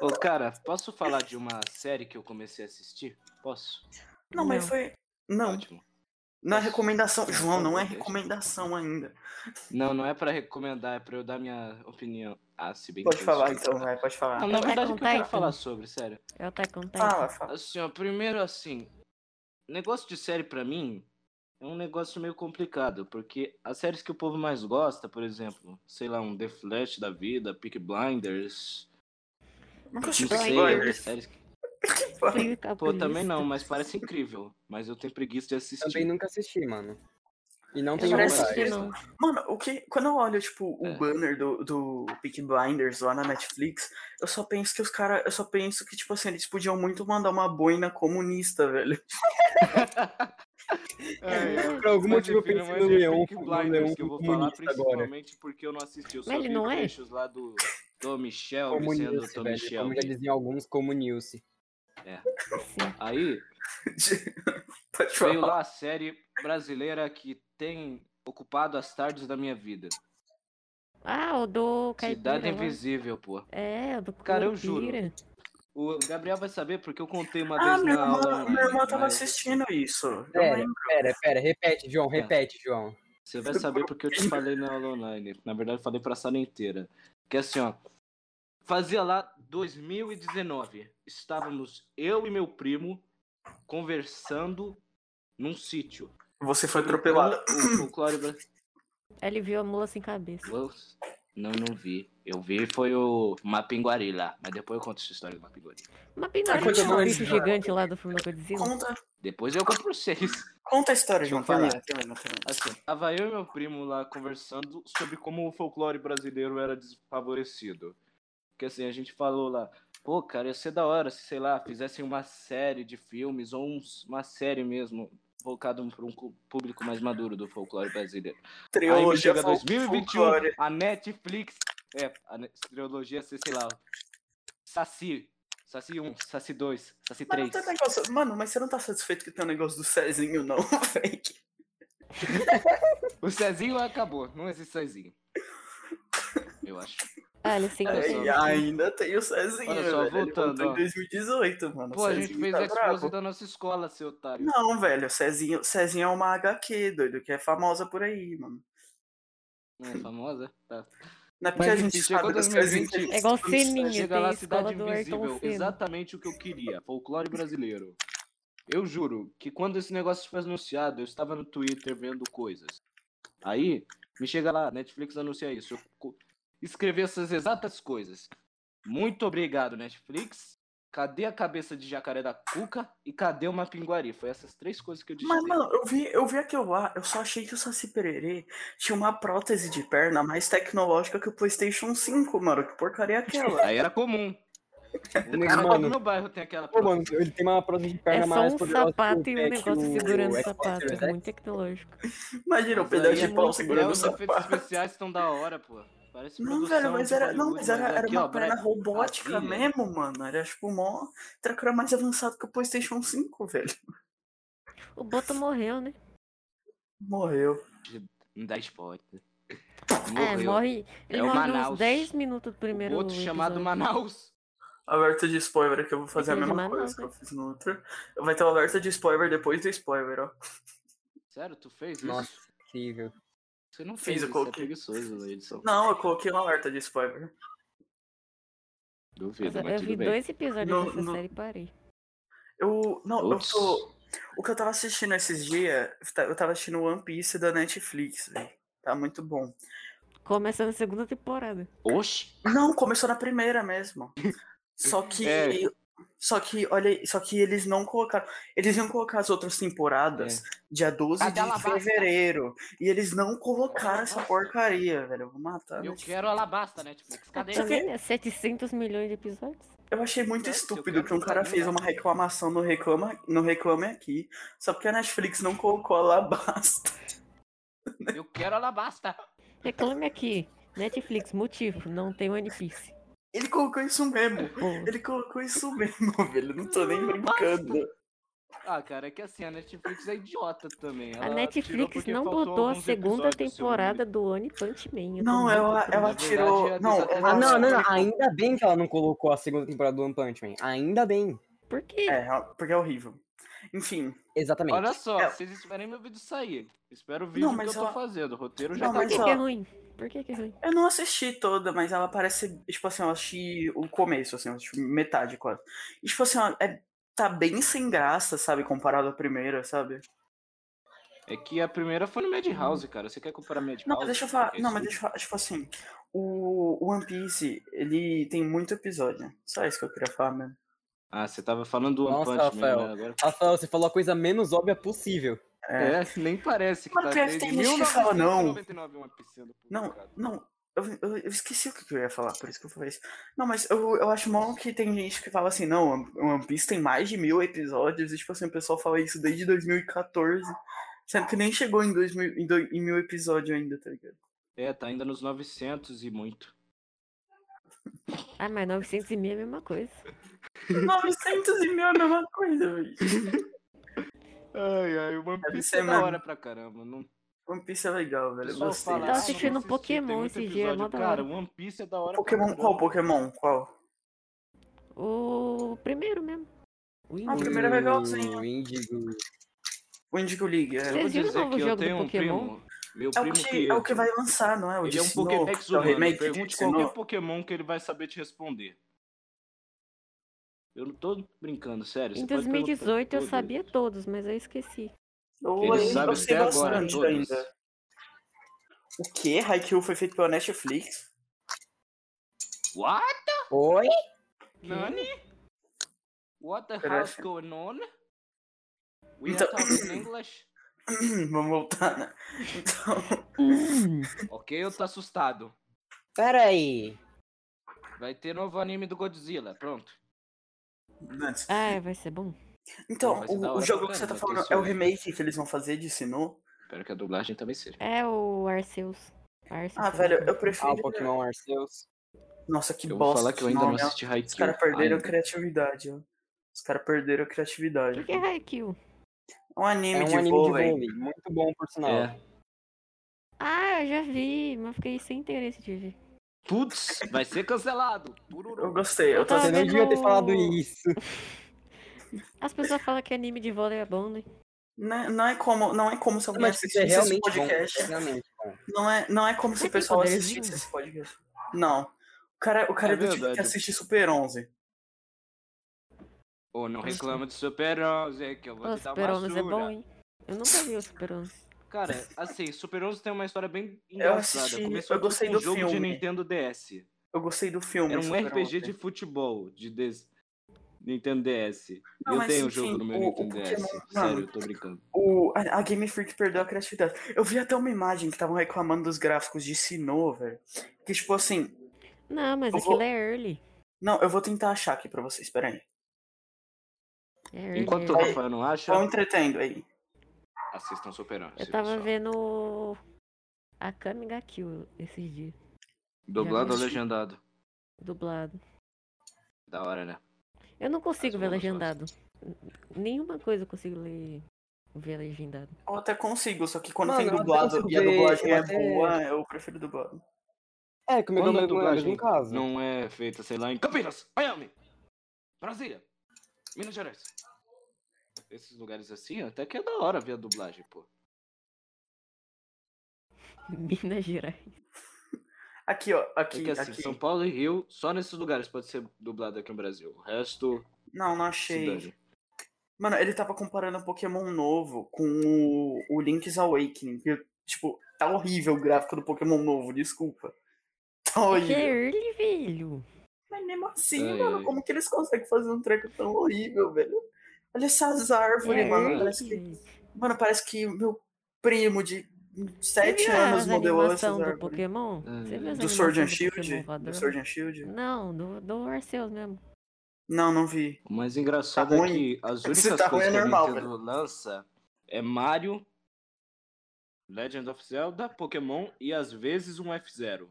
Speaker 1: Ô, cara, posso falar de uma série que eu comecei a assistir? Posso?
Speaker 2: Não, mas
Speaker 4: Não.
Speaker 2: foi. Não,
Speaker 1: Ótimo.
Speaker 2: na recomendação. João, não é
Speaker 1: Deixa.
Speaker 2: recomendação ainda.
Speaker 1: Não, não é pra recomendar, é pra eu dar minha opinião. Ah, se bem que
Speaker 2: Pode
Speaker 1: eu
Speaker 2: falar
Speaker 1: escuto.
Speaker 2: então, vai, pode
Speaker 1: Não,
Speaker 2: falar.
Speaker 1: na
Speaker 4: Vai
Speaker 1: verdade, o que eu
Speaker 4: contar,
Speaker 1: quero
Speaker 4: então.
Speaker 1: falar sobre, sério.
Speaker 4: Ela tá contando.
Speaker 2: Fala, fala.
Speaker 1: Assim, ó, primeiro, assim, negócio de série pra mim é um negócio meio complicado, porque as séries que o povo mais gosta, por exemplo, sei lá, um The Flash da vida, Peak Blinders,
Speaker 2: Nunca
Speaker 1: não
Speaker 2: assisti
Speaker 1: sei,
Speaker 2: spoiler. [LAUGHS]
Speaker 1: séries que-
Speaker 4: Frio e
Speaker 1: Pô, também
Speaker 4: calculista.
Speaker 1: não, mas parece incrível, mas eu tenho preguiça de assistir.
Speaker 3: Também nunca assisti, mano. E não
Speaker 4: Eu
Speaker 3: tenho
Speaker 4: não
Speaker 2: Parece
Speaker 3: vontade.
Speaker 4: assisti,
Speaker 1: que-
Speaker 4: não.
Speaker 2: Mano, o que, quando eu olho, tipo, o
Speaker 1: É.
Speaker 2: banner do, do Peak Blinders lá na Netflix, eu só penso que os caras. Eu só penso que, tipo assim, eles podiam muito mandar uma boina comunista, velho. [LAUGHS]
Speaker 1: É, eu-
Speaker 3: Por algum
Speaker 1: mas
Speaker 3: motivo eu
Speaker 1: enfim,
Speaker 3: pensei
Speaker 1: mas
Speaker 3: no
Speaker 1: é
Speaker 3: Leon,
Speaker 1: Peaky
Speaker 3: no
Speaker 1: Blinders
Speaker 3: Leon
Speaker 1: que eu vou falar
Speaker 3: comunista agora.
Speaker 1: principalmente porque eu não assisti, eu só
Speaker 4: Mas ele
Speaker 1: vi
Speaker 4: não é?
Speaker 1: trechos lá do Tom Michel, sendo
Speaker 3: Comunilce,
Speaker 1: Tom
Speaker 3: velho.
Speaker 1: Michel.
Speaker 3: Como já diziam alguns, comunilce.
Speaker 4: Sim.
Speaker 1: Aí,
Speaker 2: Pode
Speaker 1: Veio
Speaker 2: falar.
Speaker 1: lá a série brasileira que tem ocupado as tardes da minha vida.
Speaker 4: Ah, o do Caipira.
Speaker 1: Cidade
Speaker 4: lá.
Speaker 1: Invisível, pô.
Speaker 4: É, o do
Speaker 1: Cara, eu juro.
Speaker 4: Curupira.
Speaker 1: O Gabriel vai saber porque eu contei uma
Speaker 2: Ah,
Speaker 1: vez
Speaker 2: minha
Speaker 1: na aula. né?
Speaker 2: irmã, minha
Speaker 1: online,
Speaker 2: irmã tava
Speaker 1: mas
Speaker 2: assistindo isso. Eu
Speaker 3: É.
Speaker 2: lembro.
Speaker 3: Pera, pera, repete, João,
Speaker 4: Tá.
Speaker 3: repete, João.
Speaker 1: Você vai saber porque eu te falei na aula online. Na verdade, eu falei pra sala inteira. Que assim, ó. Fazia lá 2019. Estávamos eu e meu primo conversando num sítio. Então,
Speaker 2: Você foi atropelada.
Speaker 1: O folclore brasileiro.
Speaker 4: Ele viu a mula sem cabeça.
Speaker 1: Nossa, Não, não vi. Eu vi foi o Mapinguari lá. Mas depois eu conto essa história do Mapinguari.
Speaker 4: Uma pintura
Speaker 2: Ah, continua
Speaker 4: um
Speaker 2: a
Speaker 4: bicho
Speaker 2: história.
Speaker 4: gigante lá do filme da Godzilla.
Speaker 2: Conta,
Speaker 1: Depois eu conto pra vocês.
Speaker 2: conta a história,
Speaker 1: Deixa eu
Speaker 2: João. Termina, termina, termina.
Speaker 1: [LAUGHS] Assim, tava eu e meu primo lá conversando sobre como o folclore brasileiro era desfavorecido. Porque assim, a gente falou lá, pô, cara, ia ser da hora se, sei lá, fizessem uma série de filmes ou uns- uma série mesmo volcado para um cu- público mais maduro do folclore brasileiro. Aí me chega
Speaker 2: fol-
Speaker 1: 2021,
Speaker 2: folclore.
Speaker 1: a Netflix, é, a ne- trilogia, sei sei lá, Saci, Saci 1, Saci 2, Saci
Speaker 2: Mas não
Speaker 1: 3.
Speaker 2: tem negócio- Mano, mas você não tá satisfeito que tem um negócio do Cezinho, não, [LAUGHS] velho.
Speaker 1: O Cezinho acabou, não existe Cezinho. Eu acho.
Speaker 4: Ah, ele sem
Speaker 3: É,
Speaker 1: Olha
Speaker 4: cabeça.
Speaker 1: só.
Speaker 2: Ai, ainda tem o Cezinho,
Speaker 1: Olha só,
Speaker 2: velho. Ele
Speaker 1: voltando,
Speaker 2: voltou
Speaker 1: ó.
Speaker 2: em 2018, mano.
Speaker 1: Pô,
Speaker 2: o
Speaker 1: a
Speaker 2: Cezinho
Speaker 1: gente fez
Speaker 2: tá
Speaker 1: a expose
Speaker 2: bravo.
Speaker 1: da nossa escola, seu otário.
Speaker 2: Não, velho, o Cezinho, Cezinho é uma HQ, doido, que é famosa por aí, mano.
Speaker 1: Não é famosa? Tá.
Speaker 2: Não é porque
Speaker 1: Mas,
Speaker 2: a gente
Speaker 1: enfim, chegou
Speaker 2: sabe do
Speaker 1: 2020.
Speaker 2: Cezinho. que a gente
Speaker 4: É igual
Speaker 2: sabe do Cezinho.
Speaker 4: Sininho,
Speaker 1: Chega
Speaker 4: tem
Speaker 1: lá,
Speaker 4: a escola
Speaker 1: Cidade
Speaker 4: do Ayrton
Speaker 1: Invisível.
Speaker 4: Senna.
Speaker 1: Exatamente o que eu queria. Folclore brasileiro. Eu juro que quando esse negócio foi anunciado, eu estava no Twitter vendo coisas. Aí, me chega lá, Netflix anuncia isso. Eu co- escrevi essas exatas coisas. Muito obrigado, Netflix. Cadê a cabeça de jacaré da Cuca? E cadê uma pinguari? Foi essas três coisas que eu disse.
Speaker 2: Mas, mano, eu vi, eu vi aquilo lá, eu só achei que o Saci Pererê tinha uma prótese de perna mais tecnológica que o PlayStation 5, mano. Que porcaria é
Speaker 1: [LAUGHS]
Speaker 2: aquela?
Speaker 1: Aí era comum. O cara
Speaker 3: Mano.
Speaker 1: do meu bairro tem aquela
Speaker 3: Pô, mano, ele tem uma prótese de
Speaker 4: É
Speaker 3: perna
Speaker 4: só
Speaker 3: mais
Speaker 4: um
Speaker 3: poderosa que o
Speaker 4: sapato e um
Speaker 3: Pac,
Speaker 4: negócio segurando o
Speaker 3: Xbox
Speaker 4: sapato. é
Speaker 3: Series X.
Speaker 4: Muito tecnológico.
Speaker 2: Imagina, um
Speaker 1: Mas
Speaker 2: pedaço
Speaker 1: aí é
Speaker 2: de pau
Speaker 1: muito
Speaker 2: segurando
Speaker 1: legal,
Speaker 2: o
Speaker 1: Os efeitos
Speaker 2: sapato.
Speaker 1: especiais estão da hora, pô. Parece
Speaker 2: Não,
Speaker 1: Tipo, produção
Speaker 2: velho, mas
Speaker 1: de
Speaker 2: era, não,
Speaker 1: Hollywood,
Speaker 2: mas era, era
Speaker 1: aqui,
Speaker 2: uma
Speaker 1: ó,
Speaker 2: perna
Speaker 1: Bra-
Speaker 2: robótica
Speaker 1: Brasília.
Speaker 2: mesmo, mano. Era tipo mó tracker mais avançado que o PlayStation 5, velho. [LAUGHS]
Speaker 4: O Boto morreu, né?
Speaker 2: Morreu.
Speaker 1: Não dá spoiler.
Speaker 4: É,
Speaker 1: Morreu.
Speaker 4: morre. Ele
Speaker 1: É o
Speaker 4: morre
Speaker 1: Manaus.
Speaker 4: uns 10 minutos do primeiro.
Speaker 1: Outro chamado
Speaker 4: episódio.
Speaker 1: Manaus.
Speaker 2: Alerta de spoiler, que eu vou fazer a
Speaker 4: Tem que
Speaker 2: mesma
Speaker 4: mandar,
Speaker 2: coisa que
Speaker 4: né?
Speaker 2: eu fiz no outro. Vai ter o alerta de spoiler depois do spoiler, ó.
Speaker 1: Sério, tu fez isso?
Speaker 3: Nossa. Incrível.
Speaker 1: Você não
Speaker 2: Fiz,
Speaker 1: fez
Speaker 2: eu
Speaker 1: isso, é
Speaker 2: coloquei.
Speaker 1: preguiçoso na edição.
Speaker 2: Não, eu coloquei um alerta de spoiler.
Speaker 1: Duvido,
Speaker 4: Eu
Speaker 1: mas
Speaker 4: vi
Speaker 1: tudo bem.
Speaker 4: dois episódios
Speaker 2: No-
Speaker 4: dessa
Speaker 2: no-
Speaker 4: série e parei.
Speaker 2: Eu. Não,
Speaker 1: Ups.
Speaker 2: eu tô. O que eu tava assistindo esses dias, eu tava assistindo One Piece da Netflix, velho. Tá muito bom.
Speaker 4: Começando a segunda temporada.
Speaker 1: Oxi.
Speaker 2: Não, começou na primeira mesmo. Só que.
Speaker 1: É.
Speaker 2: Só que, olha, aí, só que eles não colocaram. Eles iam colocar as outras
Speaker 1: É.
Speaker 2: temporadas dia 12
Speaker 3: Tá
Speaker 5: Cadê
Speaker 2: de
Speaker 5: Alabasta?
Speaker 2: fevereiro. E eles não colocaram essa porcaria, velho. Eu vou matar.
Speaker 5: Eu
Speaker 2: né?
Speaker 5: quero Alabasta, Netflix. Cadê?
Speaker 4: Tá vendo? É 700 milhões de episódios.
Speaker 2: Eu achei muito
Speaker 1: É, se eu
Speaker 2: estúpido
Speaker 1: quero
Speaker 2: que um cara
Speaker 1: saber,
Speaker 2: fez
Speaker 1: né?
Speaker 2: uma reclamação no Reclama, no Reclame Aqui, só porque a Netflix não colocou [LAUGHS] Alabasta.
Speaker 5: Eu quero Alabasta.
Speaker 4: Reclame aqui. Netflix, motivo, não tem One Piece.
Speaker 2: Ele colocou isso mesmo.
Speaker 4: Pô,
Speaker 2: Ele colocou isso mesmo, [LAUGHS] velho. Eu Não tô nem brincando.
Speaker 1: Ah, cara, é que assim, a Netflix é idiota também.
Speaker 4: a
Speaker 1: Ela tirou
Speaker 4: Netflix
Speaker 1: porque
Speaker 4: não
Speaker 1: faltou
Speaker 4: botou a
Speaker 1: alguns
Speaker 4: segunda
Speaker 1: episódios, se eu não me
Speaker 4: temporada do One Punch Man. eu tô
Speaker 2: Não,
Speaker 4: muito
Speaker 2: ela,
Speaker 4: triste.
Speaker 2: ela
Speaker 1: verdade,
Speaker 2: tirou.
Speaker 1: é
Speaker 2: Não,
Speaker 1: desagradável.
Speaker 2: ela-
Speaker 3: Ah, não, não, não.
Speaker 1: Nossa,
Speaker 3: Ainda bem que ela não colocou a segunda temporada do One Punch Man. Ainda bem.
Speaker 4: Por quê?
Speaker 2: É, real- porque é horrível. Enfim,
Speaker 3: Exatamente.
Speaker 1: Olha só,
Speaker 2: É.
Speaker 1: vocês esperem meu vídeo sair. Espero o vídeo
Speaker 2: mas
Speaker 1: que eu tô
Speaker 2: ela-
Speaker 1: fazendo. O roteiro já
Speaker 2: Não,
Speaker 1: tá
Speaker 4: Por
Speaker 2: mas
Speaker 4: que,
Speaker 1: pronto.
Speaker 2: ó-
Speaker 4: que é ruim? Por que, que é ruim?
Speaker 2: eu não assisti toda, mas ela parece. Tipo assim, eu assisti o começo, assim, eu assisti metade quase. E, tipo assim, ó, é- tá bem sem graça, sabe? Comparado à primeira, sabe?
Speaker 1: É que a primeira foi no Madhouse, cara. Você quer comparar Madhouse?
Speaker 2: Não, mas deixa eu falar.
Speaker 1: É
Speaker 2: Não, mas
Speaker 1: isso.
Speaker 2: deixa eu falar. Tipo assim, o o One Piece, ele tem muito episódio. Só isso que eu queria falar mesmo.
Speaker 1: Ah, você tava falando do One
Speaker 3: Nossa,
Speaker 1: Punch Man,
Speaker 3: Rafael.
Speaker 1: né? Agora...
Speaker 3: Rafael, você falou a coisa menos óbvia possível.
Speaker 2: É.
Speaker 1: É, nem parece que
Speaker 2: Mas
Speaker 1: tá
Speaker 2: pior que
Speaker 1: desde
Speaker 2: tem gente que fala, não.
Speaker 1: 1999 uma piscina do
Speaker 2: Não,
Speaker 1: publicado.
Speaker 2: não. Eu, eu, eu esqueci o que que eu ia falar, por isso que eu falei isso. Não, mas eu, eu acho mal que tem gente que fala assim, não, One- One Piece tem mais de mil episódios, e tipo assim, o pessoal fala isso desde 2014, sendo que nem chegou em, 2000, em, doi- em mil episódios ainda, tá [LAUGHS] ligado?
Speaker 1: É, tá ainda nos 900 e muito.
Speaker 4: Ah, mas 900 e meia é a mesma coisa.
Speaker 2: 900 e mil é a mesma coisa, velho.
Speaker 1: Ai, ai, One
Speaker 2: Deve
Speaker 1: Piece
Speaker 2: ser
Speaker 1: é da
Speaker 2: mesmo.
Speaker 1: hora pra caramba. Não
Speaker 2: One Piece é legal, velho, eu
Speaker 1: pessoal
Speaker 2: gostei.
Speaker 1: fala, "Ah,
Speaker 2: Tá,
Speaker 4: Tava
Speaker 1: não
Speaker 4: Tá assistindo
Speaker 1: vou assistir,
Speaker 4: Pokémon
Speaker 1: tem muito
Speaker 4: esses dias,
Speaker 1: episódio".
Speaker 4: mó da
Speaker 1: Cara,
Speaker 4: hora.
Speaker 1: One Piece é da hora pra
Speaker 2: Pokémon,
Speaker 1: caramba.
Speaker 2: qual Pokémon? Qual?
Speaker 4: O primeiro mesmo.
Speaker 2: Ah,
Speaker 4: O
Speaker 2: o
Speaker 4: Índigo.
Speaker 2: primeiro é legalzinho.
Speaker 3: Hum, Índigo.
Speaker 2: O Indigo League, é.
Speaker 1: Eu vou
Speaker 4: Vocês viram o
Speaker 1: dizer
Speaker 4: novo
Speaker 1: que eu
Speaker 4: jogo do
Speaker 1: tenho um
Speaker 4: Pokémon?
Speaker 1: primo, meu
Speaker 2: É o,
Speaker 1: primo
Speaker 2: que, é o que vai lançar, não é? O
Speaker 1: Ele é um
Speaker 2: Sinnoh,
Speaker 1: Pokédex
Speaker 2: que é o
Speaker 1: humano.
Speaker 2: remake
Speaker 1: Pergunte
Speaker 2: de
Speaker 1: qualquer
Speaker 2: Sinnoh.
Speaker 1: Pokémon que ele vai saber te responder. Eu não tô brincando, sério.
Speaker 4: Em
Speaker 1: você pode perguntar
Speaker 4: 2018
Speaker 2: né?
Speaker 4: eu
Speaker 1: todos.
Speaker 4: sabia todos, mas eu esqueci.
Speaker 2: Eu,
Speaker 1: Ele
Speaker 2: eu
Speaker 1: sabe
Speaker 2: gostei
Speaker 1: até agora
Speaker 2: bastante
Speaker 1: todos.
Speaker 2: ainda. O quê? Haikyuu foi feito pela Netflix? [CLEARS THROAT]
Speaker 1: What?
Speaker 3: Oi?
Speaker 1: Nani? What the
Speaker 2: Caraca.
Speaker 1: hell's going on? We
Speaker 2: Então-
Speaker 1: are talking
Speaker 2: [COUGHS]
Speaker 1: English?
Speaker 2: Vamos voltar, né? Então,
Speaker 1: Ok, eu tô assustado.
Speaker 3: Pera aí.
Speaker 1: Vai ter novo anime do Godzilla, pronto.
Speaker 2: antes.
Speaker 4: Ah, vai ser bom.
Speaker 2: então
Speaker 1: vai ser é da
Speaker 2: o, o
Speaker 1: hora
Speaker 2: jogo
Speaker 1: pra
Speaker 2: que você tá
Speaker 1: caramba,
Speaker 2: falando
Speaker 1: tem
Speaker 2: é o
Speaker 1: isso.
Speaker 2: remake que eles vão fazer de Sinnoh?
Speaker 1: Espero que a dublagem também seja.
Speaker 4: É o Arceus. Arceus é
Speaker 2: Ah, velho, eu
Speaker 3: Ah,
Speaker 2: prefiro...
Speaker 3: o Pokémon Arceus.
Speaker 2: Nossa, que
Speaker 1: um eu vou
Speaker 2: bosta.
Speaker 1: falar que eu
Speaker 2: de
Speaker 1: ainda não
Speaker 2: nome, ó.
Speaker 1: assisti Haikyuu.
Speaker 2: Os caras perderam a
Speaker 1: ainda.
Speaker 2: criatividade, ó. Os caras perderam a
Speaker 4: O
Speaker 2: criatividade.
Speaker 4: que que é Haikyuu?
Speaker 2: É um
Speaker 3: É um
Speaker 2: anime de
Speaker 3: anime de
Speaker 2: vôlei.
Speaker 3: vôlei. Muito bom, por sinal.
Speaker 1: É.
Speaker 4: Ah, eu já vi, mas fiquei sem interesse de ver.
Speaker 1: Putz, vai ser cancelado.
Speaker 2: Eu
Speaker 1: Tururu.
Speaker 2: gostei. Eu tô
Speaker 4: Tá
Speaker 3: Você
Speaker 2: assistindo.
Speaker 3: não
Speaker 4: vendo
Speaker 3: devia ter falado
Speaker 4: o-
Speaker 3: isso.
Speaker 4: As pessoas falam que anime de vôlei é bom, né?
Speaker 2: Não, não é como, não é como se alguém
Speaker 3: Mas isso é
Speaker 2: assistisse
Speaker 3: realmente
Speaker 2: esse
Speaker 3: bom.
Speaker 2: podcast.
Speaker 3: é Realmente bom.
Speaker 2: Não é, não é como se
Speaker 4: Mas
Speaker 2: o
Speaker 4: tem
Speaker 2: pessoal
Speaker 4: poderzinho?
Speaker 2: assistisse esse podcast. Não. O cara, o cara
Speaker 1: É
Speaker 2: é do tipo que
Speaker 1: verdade.
Speaker 2: assiste Super 11.
Speaker 1: Ô, não reclama de Super 11, que eu vou
Speaker 4: O
Speaker 1: te dar
Speaker 4: Super
Speaker 1: uma
Speaker 4: 11 é bom,
Speaker 1: surra.
Speaker 4: hein? Eu nunca vi o Super 11.
Speaker 1: Cara, assim, Super 11 tem uma história bem engraçada.
Speaker 2: assisti-
Speaker 1: Começou
Speaker 2: eu gostei
Speaker 1: com um
Speaker 2: do
Speaker 1: jogo de
Speaker 2: filme.
Speaker 1: Nintendo DS.
Speaker 2: Eu gostei do filme.
Speaker 1: Era um
Speaker 2: Super né?
Speaker 1: RPG
Speaker 2: 11.
Speaker 1: de futebol de DS Nintendo DS.
Speaker 2: Não,
Speaker 1: eu
Speaker 2: mas,
Speaker 1: tenho o
Speaker 2: enfim,
Speaker 1: jogo no meu
Speaker 2: o- o
Speaker 1: Nintendo DS.
Speaker 2: Pokémon-
Speaker 1: Sério,
Speaker 2: mano.
Speaker 1: eu tô brincando.
Speaker 2: O, a, a Game Freak perdeu a criatividade. Eu vi até uma imagem que estavam reclamando dos gráficos de Sinnoh, velho. Que tipo assim.
Speaker 4: Não, mas
Speaker 2: Eu
Speaker 4: aquilo
Speaker 2: vou-
Speaker 4: é early.
Speaker 2: Não, eu vou tentar achar aqui pra vocês, peraí.
Speaker 4: É early.
Speaker 1: Enquanto o
Speaker 4: early.
Speaker 2: Aí-
Speaker 1: Rafael não acha,
Speaker 2: Estão entretendo aí.
Speaker 1: assistam Super 11.
Speaker 4: Eu tava
Speaker 1: pessoal.
Speaker 4: vendo a Kamiga Kill esses dias,
Speaker 1: Dublado ou
Speaker 4: assisti.
Speaker 1: legendado?
Speaker 4: dublado.
Speaker 1: Da hora, né?
Speaker 4: Eu não consigo
Speaker 1: As
Speaker 4: ver
Speaker 1: bolas
Speaker 4: legendado. Nenhuma coisa eu consigo ler ver legendado. [LAUGHS]
Speaker 2: Eu até consigo, só que quando
Speaker 3: Mano,
Speaker 2: tem
Speaker 3: eu até
Speaker 2: dublado
Speaker 3: consigo
Speaker 2: e a
Speaker 3: ver,
Speaker 2: dublagem
Speaker 3: eu
Speaker 2: é
Speaker 3: até-
Speaker 2: boa, eu prefiro dublado.
Speaker 3: É, que o meu
Speaker 1: Quando a
Speaker 3: nome é
Speaker 1: dublagem
Speaker 3: no caso.
Speaker 1: não é feita, sei lá, em Campinas, Miami, Brasília, Minas Gerais. Esses lugares assim, até que é da hora ver a dublagem, pô.
Speaker 4: Minas Gerais.
Speaker 2: Aqui, ó.
Speaker 1: É
Speaker 2: Aqui,
Speaker 1: que assim,
Speaker 2: aqui.
Speaker 1: São Paulo e Rio, só nesses lugares pode ser dublado aqui no Brasil. O resto,
Speaker 2: Não, não
Speaker 1: se
Speaker 2: achei.
Speaker 1: dane.
Speaker 2: Mano, ele tava comparando o Pokémon novo com o, o Link's Awakening. que, tipo, tá horrível o gráfico do Pokémon novo, desculpa. [LAUGHS] Tá
Speaker 4: É que é
Speaker 2: horrível.
Speaker 4: early, velho.
Speaker 2: Mas mesmo assim,
Speaker 1: Ai,
Speaker 2: mano,
Speaker 1: ai.
Speaker 2: como que eles conseguem fazer um treco tão horrível, velho? Olha essas árvores,
Speaker 1: É,
Speaker 2: mano.
Speaker 1: é.
Speaker 2: Parece que, mano, parece que meu primo de 7
Speaker 4: Você viu
Speaker 2: anos
Speaker 4: as
Speaker 2: modelou essas
Speaker 4: animação do
Speaker 2: árvores. Hum.
Speaker 4: Pokémon?
Speaker 1: Ah.
Speaker 4: Você viu as
Speaker 2: Do Sword and
Speaker 4: animação do
Speaker 2: Shield?
Speaker 4: Pokémon voador? Hum.
Speaker 2: Do Sword and Shield?
Speaker 4: Não, do, do Arceus mesmo.
Speaker 2: Não, não vi.
Speaker 1: O mais engraçado
Speaker 2: Tá
Speaker 1: é
Speaker 2: ruim.
Speaker 1: que as
Speaker 2: Se
Speaker 1: únicas
Speaker 2: tá ruim,
Speaker 1: coisas
Speaker 2: é
Speaker 1: que a
Speaker 2: normal,
Speaker 1: Nintendo lança é Mario, Legend of Zelda, Pokémon e às vezes um F0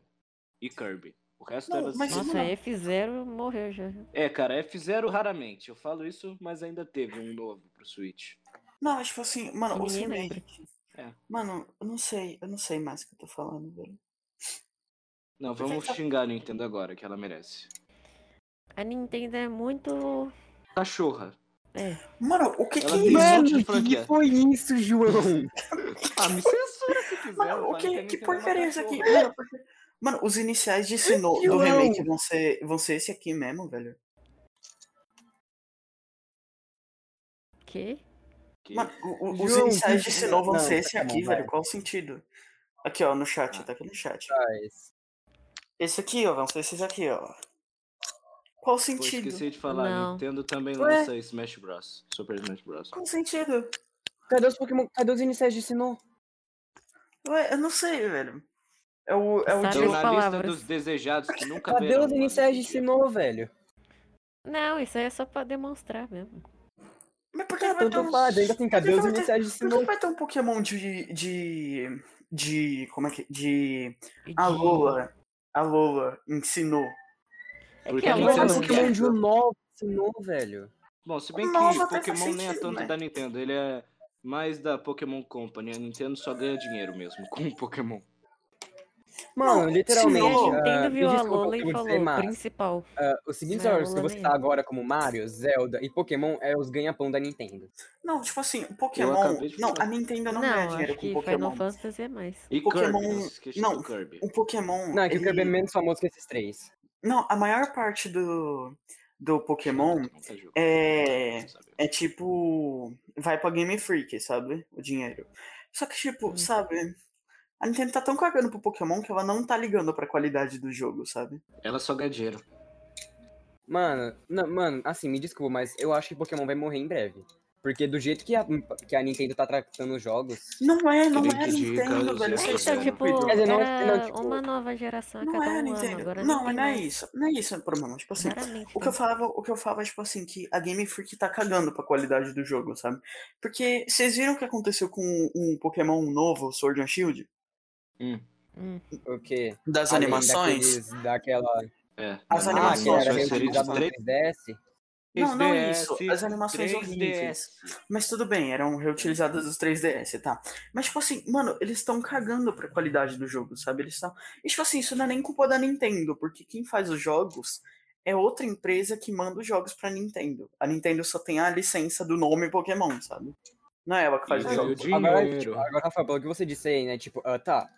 Speaker 1: e Kirby. O resto
Speaker 2: Não,
Speaker 1: era
Speaker 2: mas
Speaker 1: assim.
Speaker 4: Nossa,
Speaker 2: não. é
Speaker 4: F0 morreu já.
Speaker 1: É, cara, F0 raramente. Eu falo isso, mas ainda teve um novo pro Switch.
Speaker 2: Não, tipo assim, mano, o
Speaker 4: Ninguém
Speaker 2: seguinte.
Speaker 4: lembra.
Speaker 1: É.
Speaker 2: Mano, eu não sei, eu não sei mais o que eu tô falando, velho.
Speaker 1: Não, vamos xingar a Nintendo agora, que ela merece.
Speaker 4: A Nintendo é muito. é,
Speaker 1: Cachorra.
Speaker 2: Mano, o que que
Speaker 1: Ela
Speaker 2: é
Speaker 1: tem
Speaker 2: isso?
Speaker 1: Mano, que é. franquia.
Speaker 3: foi isso, João?
Speaker 1: Ah, me censura se quiser.
Speaker 2: Mano, o
Speaker 1: fala a
Speaker 2: que, que
Speaker 1: Nintendo é uma
Speaker 2: porcaria é isso aqui?
Speaker 1: cachorra.
Speaker 2: Mano, por que- Mano, os iniciais de Sinnoh do
Speaker 3: João!
Speaker 2: remake vão ser, vão ser esse aqui mesmo, velho.
Speaker 4: Quê?
Speaker 1: Que-
Speaker 2: Mano, o- o- os
Speaker 3: João,
Speaker 2: iniciais
Speaker 3: que-
Speaker 2: de Sinnoh vão
Speaker 3: não,
Speaker 2: ser esse
Speaker 3: tá bom,
Speaker 2: aqui,
Speaker 3: vai.
Speaker 2: velho. Qual o sentido? Aqui, ó, no chat,
Speaker 1: Ah.
Speaker 2: tá aqui no chat.
Speaker 3: Rapaz,
Speaker 2: Esse aqui, ó, vão ser esses aqui, ó. Qual
Speaker 1: Pô,
Speaker 2: o sentido?
Speaker 1: esqueci de falar,
Speaker 4: Não.
Speaker 1: Nintendo também
Speaker 2: Ué?
Speaker 1: lança Smash Bros. Super Smash Bros.
Speaker 2: Qual o sentido?
Speaker 3: Cadê os Pokémon? Cadê os iniciais de Sinnoh?
Speaker 2: Ué, eu não sei, velho. É o, é o
Speaker 4: Sabe
Speaker 2: Joe-
Speaker 1: Estão
Speaker 4: as
Speaker 1: Então, na lista
Speaker 4: palavras.
Speaker 1: dos desejados que nunca
Speaker 3: Cadê
Speaker 1: verão,
Speaker 3: os
Speaker 1: mano,
Speaker 3: iniciais de
Speaker 1: esse dia.
Speaker 3: Sinnoh, velho?
Speaker 4: Não, isso aí é só pra demonstrar mesmo.
Speaker 2: Mas por que vai ter
Speaker 3: Tanto
Speaker 2: um...
Speaker 3: faz, ainda tem assim, cadê
Speaker 2: Mas
Speaker 3: os
Speaker 2: vai ter-
Speaker 3: iniciais de
Speaker 2: Por que
Speaker 3: Sinnoh?
Speaker 2: vai ter um Pokémon de... de... de... como é que... de...
Speaker 4: E
Speaker 2: A
Speaker 4: de-
Speaker 2: Lola. A Lola ensinou.
Speaker 4: É
Speaker 1: Porque
Speaker 4: que
Speaker 1: a
Speaker 4: a
Speaker 3: Cadê
Speaker 1: Nintendo
Speaker 4: Lola
Speaker 3: os
Speaker 1: não
Speaker 4: não
Speaker 1: quer.
Speaker 3: Pokémon de um novo Sinnoh, velho?
Speaker 1: Bom, se bem que
Speaker 2: Nossa, até faz
Speaker 1: Pokémon nem é
Speaker 2: sentido,
Speaker 1: tanto
Speaker 2: né?
Speaker 1: da Nintendo, ele é mais da Pokémon Company. A Nintendo só ganha dinheiro mesmo com o Pokémon.
Speaker 3: Mano,
Speaker 2: Não,
Speaker 3: literalmente.
Speaker 2: Sinnoh.
Speaker 4: a
Speaker 2: Lola,
Speaker 3: ah,
Speaker 4: Nintendo
Speaker 3: me
Speaker 4: viu a
Speaker 3: desculpa o
Speaker 4: Lola
Speaker 3: que
Speaker 4: e
Speaker 3: eu vou dizer,
Speaker 4: falou,
Speaker 3: mas,
Speaker 4: principal.
Speaker 3: ah, os seguintes
Speaker 4: Não é
Speaker 3: jogos que eu vou
Speaker 4: Lola
Speaker 3: citar
Speaker 4: mesmo.
Speaker 3: tá agora como Mario, Zelda e Pokémon é os ganha-pão da Nintendo.
Speaker 2: Não, tipo assim, o Pokémon.
Speaker 1: acabei de
Speaker 2: Não, a
Speaker 1: falar.
Speaker 2: Nintendo
Speaker 4: Não,
Speaker 2: não, ganha
Speaker 4: acho
Speaker 2: dinheiro com
Speaker 4: que
Speaker 2: Pokémon.
Speaker 4: Final Fantasy é mais.
Speaker 1: E
Speaker 2: Pokémon-
Speaker 1: Kirby, não se esqueça
Speaker 2: não.
Speaker 1: do Kirby.
Speaker 2: O Pokémon.
Speaker 3: Não, é que o
Speaker 2: ele-
Speaker 3: Kirby é menos famoso que esses três.
Speaker 2: Não, a maior parte do, do Pokémon
Speaker 1: Tá jogo.
Speaker 2: é.
Speaker 1: Você sabe.
Speaker 2: É tipo. Vai pra Game Freak, sabe? O dinheiro. Só que, tipo,
Speaker 4: Hum.
Speaker 2: sabe? A Nintendo tá tão cagando pro Pokémon que ela não tá ligando pra qualidade do jogo, sabe?
Speaker 1: Ela só ganha dinheiro.
Speaker 3: Mano, não, mano, assim, me desculpa, mas eu acho que Pokémon vai morrer em breve. Porque do jeito que a, que a Nintendo tá tratando os jogos.
Speaker 2: Não é, não
Speaker 1: Queria
Speaker 2: é a
Speaker 1: que diga,
Speaker 2: Nintendo,
Speaker 1: eu
Speaker 2: velho.
Speaker 1: sei
Speaker 4: É,
Speaker 1: que
Speaker 2: isso
Speaker 4: então,
Speaker 1: não.
Speaker 4: tipo,
Speaker 3: Quer dizer, não-
Speaker 4: era
Speaker 3: não, tipo,
Speaker 4: uma nova geração a
Speaker 2: Não
Speaker 4: cada
Speaker 2: é a
Speaker 4: um ano.
Speaker 2: Nintendo.
Speaker 4: Agora
Speaker 2: Não,
Speaker 4: tem
Speaker 2: mas não é
Speaker 4: mais.
Speaker 2: isso. Não é isso o problema. Tipo assim,
Speaker 4: Claramente,
Speaker 2: O que eu
Speaker 4: né?
Speaker 2: falava, o que eu falava, tipo assim, que a Game Freak tá cagando pra qualidade do jogo, sabe? Porque vocês viram o que aconteceu com um Pokémon novo, Sword and Shield?
Speaker 4: Hum.
Speaker 3: O quê?
Speaker 2: Das
Speaker 3: Além
Speaker 2: animações?
Speaker 3: daqueles- daquela.
Speaker 1: É.
Speaker 2: As
Speaker 1: Ah,
Speaker 3: Ah,
Speaker 2: animações
Speaker 3: que era
Speaker 1: só seriam
Speaker 2: horríveis,
Speaker 3: reutilizado no
Speaker 1: três-
Speaker 3: 3DS.
Speaker 2: Não, não
Speaker 1: 3DS,
Speaker 2: isso. As animações
Speaker 1: 3DS.
Speaker 2: horríveis. Mas tudo bem, eram reutilizadas os 3DS, tá? Mas, tipo assim, mano, eles estão cagando pra qualidade do jogo, sabe? Eles estão. E, tipo assim, isso não é nem culpa da Nintendo, porque quem faz os jogos é outra empresa que manda os jogos pra Nintendo. A Nintendo só tem a licença do nome Pokémon, sabe? Não é ela que faz
Speaker 1: E
Speaker 2: os
Speaker 1: o
Speaker 2: jogos.
Speaker 3: Agora,
Speaker 1: dinheiro.
Speaker 3: tipo, agora, Rafa, pelo que você disse aí, né? Tipo, ah, tá.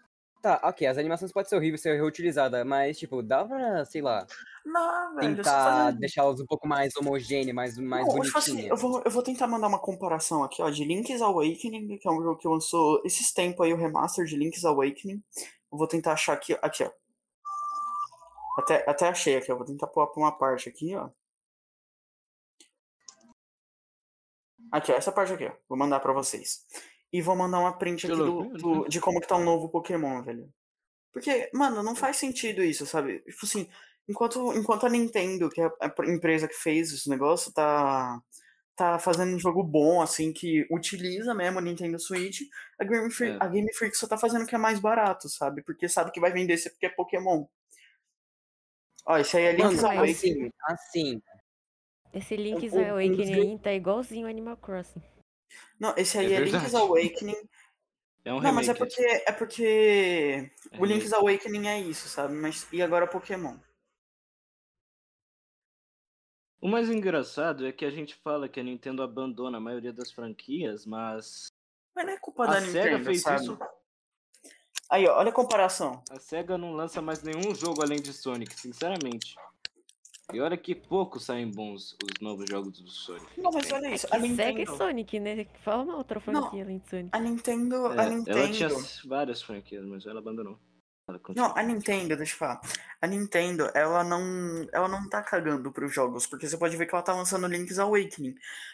Speaker 3: Tá, ok, as animações podem ser horríveis, ser reutilizadas, mas, tipo, dá pra, sei lá,
Speaker 2: Não, velho, É, só
Speaker 3: tentar
Speaker 2: fazendo-
Speaker 3: deixá-las um pouco mais homogêneas, mais, mais
Speaker 2: Não, tipo assim,
Speaker 3: bonitinhas.
Speaker 2: eu vou, eu vou tentar mandar uma comparação aqui, ó, de Link's Awakening, que é um jogo que lançou esses tempos aí, o remaster de Link's Awakening. Eu vou tentar achar aqui, aqui, ó. Até, até achei aqui, ó. Vou tentar pôr pra uma parte aqui, ó. Aqui, ó, essa parte aqui, ó. Vou mandar pra vocês. E vou mandar uma print aqui do, do- de como que tá um novo Pokémon, velho. Porque, mano, não faz sentido isso, sabe? Tipo assim, enquanto, enquanto a Nintendo, que é a pr- empresa que fez esse negócio, tá, tá fazendo um jogo bom, assim, que utiliza mesmo o Nintendo Switch, a Game, Freak,
Speaker 1: É.
Speaker 2: a Game Freak só tá fazendo o que é mais barato, sabe? Porque sabe que vai vender esse porque é Pokémon. Ó, esse aí é Link's
Speaker 3: Mano,
Speaker 4: Awakening.
Speaker 3: assim, assim.
Speaker 4: Esse Link's
Speaker 3: o- um dos
Speaker 4: Awakening
Speaker 3: gran-
Speaker 4: aí tá igualzinho Animal Crossing.
Speaker 2: Não, esse aí
Speaker 1: É
Speaker 2: é, Link's
Speaker 1: verdade.
Speaker 2: Awakening.
Speaker 1: É um
Speaker 2: Não, mas é
Speaker 1: remake,
Speaker 2: porque é porque
Speaker 1: é
Speaker 2: o Link's
Speaker 1: remake.
Speaker 2: Awakening é isso, sabe? Mas e agora Pokémon?
Speaker 1: O mais engraçado é que a gente fala que a Nintendo abandona a maioria das franquias, mas
Speaker 2: Mas não é culpa
Speaker 1: A
Speaker 2: da
Speaker 1: SEGA
Speaker 2: Nintendo,
Speaker 1: fez
Speaker 2: sabe?
Speaker 1: isso.
Speaker 2: Aí, ó, olha a comparação.
Speaker 1: a SEGA não lança mais nenhum jogo além de Sonic, sinceramente. E olha que pouco saem bons os novos jogos do Sonic.
Speaker 2: Não, mas olha
Speaker 4: É
Speaker 2: isso,
Speaker 4: que
Speaker 2: a
Speaker 4: Sega e
Speaker 2: Nintendo,
Speaker 4: Sonic, né? Fala uma outra franquia além de Sonic.
Speaker 2: a Nintendo, a
Speaker 1: É, ela
Speaker 2: Nintendo.
Speaker 1: tinha várias franquias, mas ela abandonou. Fala, continua. É,
Speaker 2: Não, a Nintendo, deixa eu falar. A Nintendo, ela não, ela não tá cagando pros jogos, porque você pode ver que ela tá lançando Link's Awakening.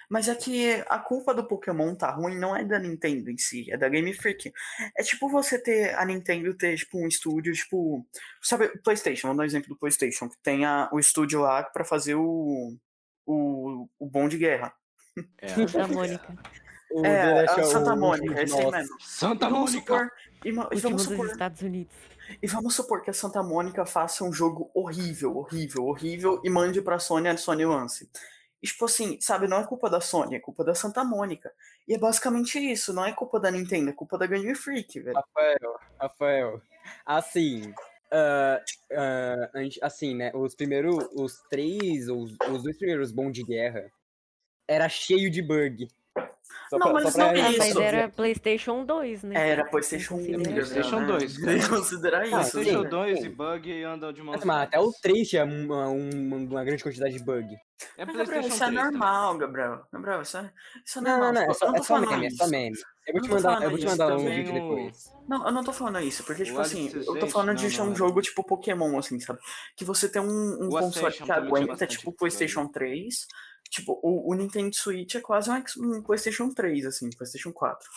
Speaker 2: Mas é que a culpa do Pokémon tá ruim não é da Nintendo em si, é da Game Freak. É tipo você ter a Nintendo ter tipo um estúdio, tipo, sabe, o PlayStation, vou dar um exemplo do PlayStation, que tem a- o estúdio lá pra fazer o o, o bom de guerra.
Speaker 1: É.
Speaker 4: Da Mônica.
Speaker 3: O
Speaker 2: É,
Speaker 3: The Last
Speaker 2: a
Speaker 3: of
Speaker 2: Santa
Speaker 3: Us,
Speaker 2: Mônica, é isso aí
Speaker 3: nossa.
Speaker 2: mesmo.
Speaker 1: Santa
Speaker 2: Vamos
Speaker 1: Mônica!
Speaker 2: supor, e ma- e
Speaker 4: O time
Speaker 2: vamos
Speaker 4: dos
Speaker 2: supor
Speaker 4: Estados Unidos.
Speaker 2: E vamos supor que a Santa Mônica faça um jogo horrível, horrível, horrível e mande pra Sony a Sony lance. E, tipo assim, sabe, não é culpa da Sony, é culpa da Santa Mônica. E é basicamente isso, não é culpa da Nintendo, é culpa da Game Freak, velho.
Speaker 3: Ah, Rafael, Rafael. Assim. ah, ah, a gente- assim, né? Os primeiros. Os três, os, os dois primeiros bons de guerra era cheio de bug. Só
Speaker 2: Não, mas não
Speaker 4: Ah,
Speaker 2: é
Speaker 4: mas
Speaker 2: isso.
Speaker 4: era PlayStation 2, né?
Speaker 2: Era PlayStation 1,
Speaker 4: Considera-
Speaker 1: melhor. PlayStation
Speaker 2: né?
Speaker 1: 2,
Speaker 2: Tem que considerar
Speaker 3: Ah,
Speaker 2: isso.
Speaker 1: PlayStation
Speaker 2: né?
Speaker 3: sim.
Speaker 1: 2 e bug e anda de mão
Speaker 3: Mas até o é 3 tinha uma, uma- um, uma grande quantidade de bug.
Speaker 1: É
Speaker 2: Mas, Gabriel,
Speaker 1: PlayStation
Speaker 2: isso é
Speaker 1: 3. também.
Speaker 2: normal, Gabriel. Gabriel, isso é, isso é
Speaker 3: Não,
Speaker 2: normal.
Speaker 3: não, não. É
Speaker 2: Eu
Speaker 3: só,
Speaker 2: tô
Speaker 3: é só
Speaker 2: falando
Speaker 3: meme, é só
Speaker 2: isso.
Speaker 3: meme. Eu vou te
Speaker 2: Eu não tô
Speaker 3: mandar, eu
Speaker 2: falando
Speaker 3: vou te
Speaker 2: isso,
Speaker 3: mandar um
Speaker 1: também
Speaker 3: vídeo
Speaker 1: não-
Speaker 3: depois.
Speaker 2: Não, eu não tô falando isso, porque, tipo
Speaker 1: O
Speaker 2: assim,
Speaker 1: Alice
Speaker 2: eu tô
Speaker 1: 16,
Speaker 2: falando de
Speaker 1: não,
Speaker 2: um
Speaker 1: não,
Speaker 2: jogo tipo Pokémon, assim, sabe? Que você tem um, um
Speaker 1: O
Speaker 2: console
Speaker 1: Ascension
Speaker 2: que
Speaker 1: também tinha
Speaker 2: aguenta,
Speaker 1: bastante
Speaker 2: tipo o
Speaker 1: isso,
Speaker 2: PlayStation 3. Tipo, o, o Nintendo Switch é quase um, X- um PlayStation 3, assim, PlayStation 4.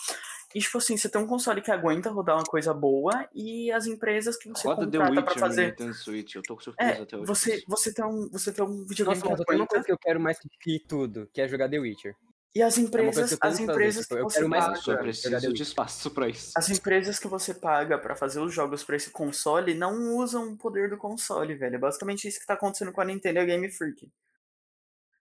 Speaker 2: E, tipo assim, você tem um console que aguenta rodar uma coisa boa e as empresas que você
Speaker 1: Roda The
Speaker 2: contrata pra
Speaker 1: Witcher né? no
Speaker 2: fazer.
Speaker 1: Nintendo Switch, eu tô com surpresa
Speaker 2: É,
Speaker 1: até hoje.
Speaker 2: você, você, tem um, você tem um videogame
Speaker 3: Nossa, mas
Speaker 2: que
Speaker 3: eu tenho uma
Speaker 2: aguenta
Speaker 3: coisa que eu quero mais que- que tudo, que é jogar The Witcher.
Speaker 2: e as
Speaker 3: É uma coisa
Speaker 2: empresas,
Speaker 3: que eu tenho
Speaker 2: as
Speaker 3: que fazer,
Speaker 2: empresas
Speaker 3: tipo,
Speaker 2: que
Speaker 3: eu
Speaker 2: você
Speaker 3: quero mais
Speaker 2: paga.
Speaker 1: Mas eu
Speaker 3: jogar The
Speaker 1: preciso de espaço pra isso.
Speaker 2: As empresas que você paga pra fazer os jogos pra esse console não usam o poder do console, velho. É basicamente isso que tá acontecendo com a Nintendo e a Game Freak.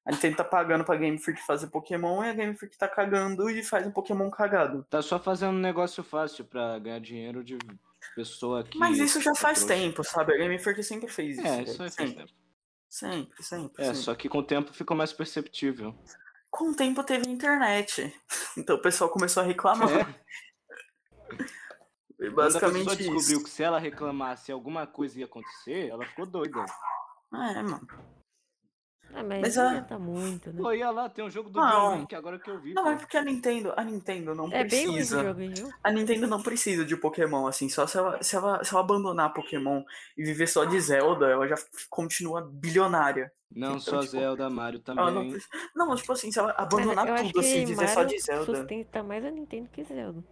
Speaker 2: A Nintendo tá pagando pra Game Freak fazer Pokémon e a Game Freak tá cagando e faz um Pokémon cagado.
Speaker 1: Tá só fazendo um negócio fácil pra ganhar dinheiro de pessoa que.
Speaker 2: Mas isso já
Speaker 1: é
Speaker 2: faz
Speaker 1: trouxa.
Speaker 2: tempo, sabe? A Game Freak sempre fez isso.
Speaker 1: É,
Speaker 2: velho.
Speaker 1: isso aí faz
Speaker 2: sempre,
Speaker 1: tempo.
Speaker 2: sempre, sempre,
Speaker 1: É,
Speaker 2: sempre.
Speaker 1: só que com o tempo fica mais
Speaker 2: [LAUGHS]
Speaker 1: perceptível.
Speaker 2: Com o tempo teve internet. [LAUGHS] Então o pessoal começou a reclamar.
Speaker 1: É, quando a
Speaker 2: E
Speaker 1: pessoa
Speaker 2: Basicamente
Speaker 1: descobriu
Speaker 2: isso.
Speaker 1: que se ela reclamasse alguma coisa ia acontecer, ela ficou doida.
Speaker 2: É, mano.
Speaker 4: Ah, mas,
Speaker 2: Mas
Speaker 4: não
Speaker 2: a-
Speaker 4: adianta muito, né?
Speaker 1: Pô, e olha lá, tem um jogo do
Speaker 2: Não.
Speaker 1: John Wick agora que eu vi.
Speaker 2: Não,
Speaker 1: pô.
Speaker 2: é porque a Nintendo, a Nintendo não
Speaker 4: É bem ruim esse
Speaker 2: precisa.
Speaker 4: jogo, hein, viu?
Speaker 2: A Nintendo não precisa de Pokémon, assim, só se ela, se ela, se ela abandonar Pokémon e viver só de Zelda, ela já f- continua bilionária.
Speaker 1: Não,
Speaker 2: Então,
Speaker 1: só
Speaker 2: tipo,
Speaker 1: Zelda, Mario
Speaker 2: Ela não,
Speaker 1: também.
Speaker 2: preci- não, tipo assim, se ela
Speaker 4: Mas
Speaker 2: abandonar
Speaker 4: eu acho
Speaker 2: tudo, assim,
Speaker 4: que
Speaker 2: viver só
Speaker 4: Mario
Speaker 2: de Zelda.
Speaker 4: sustenta mais a Nintendo que Zelda.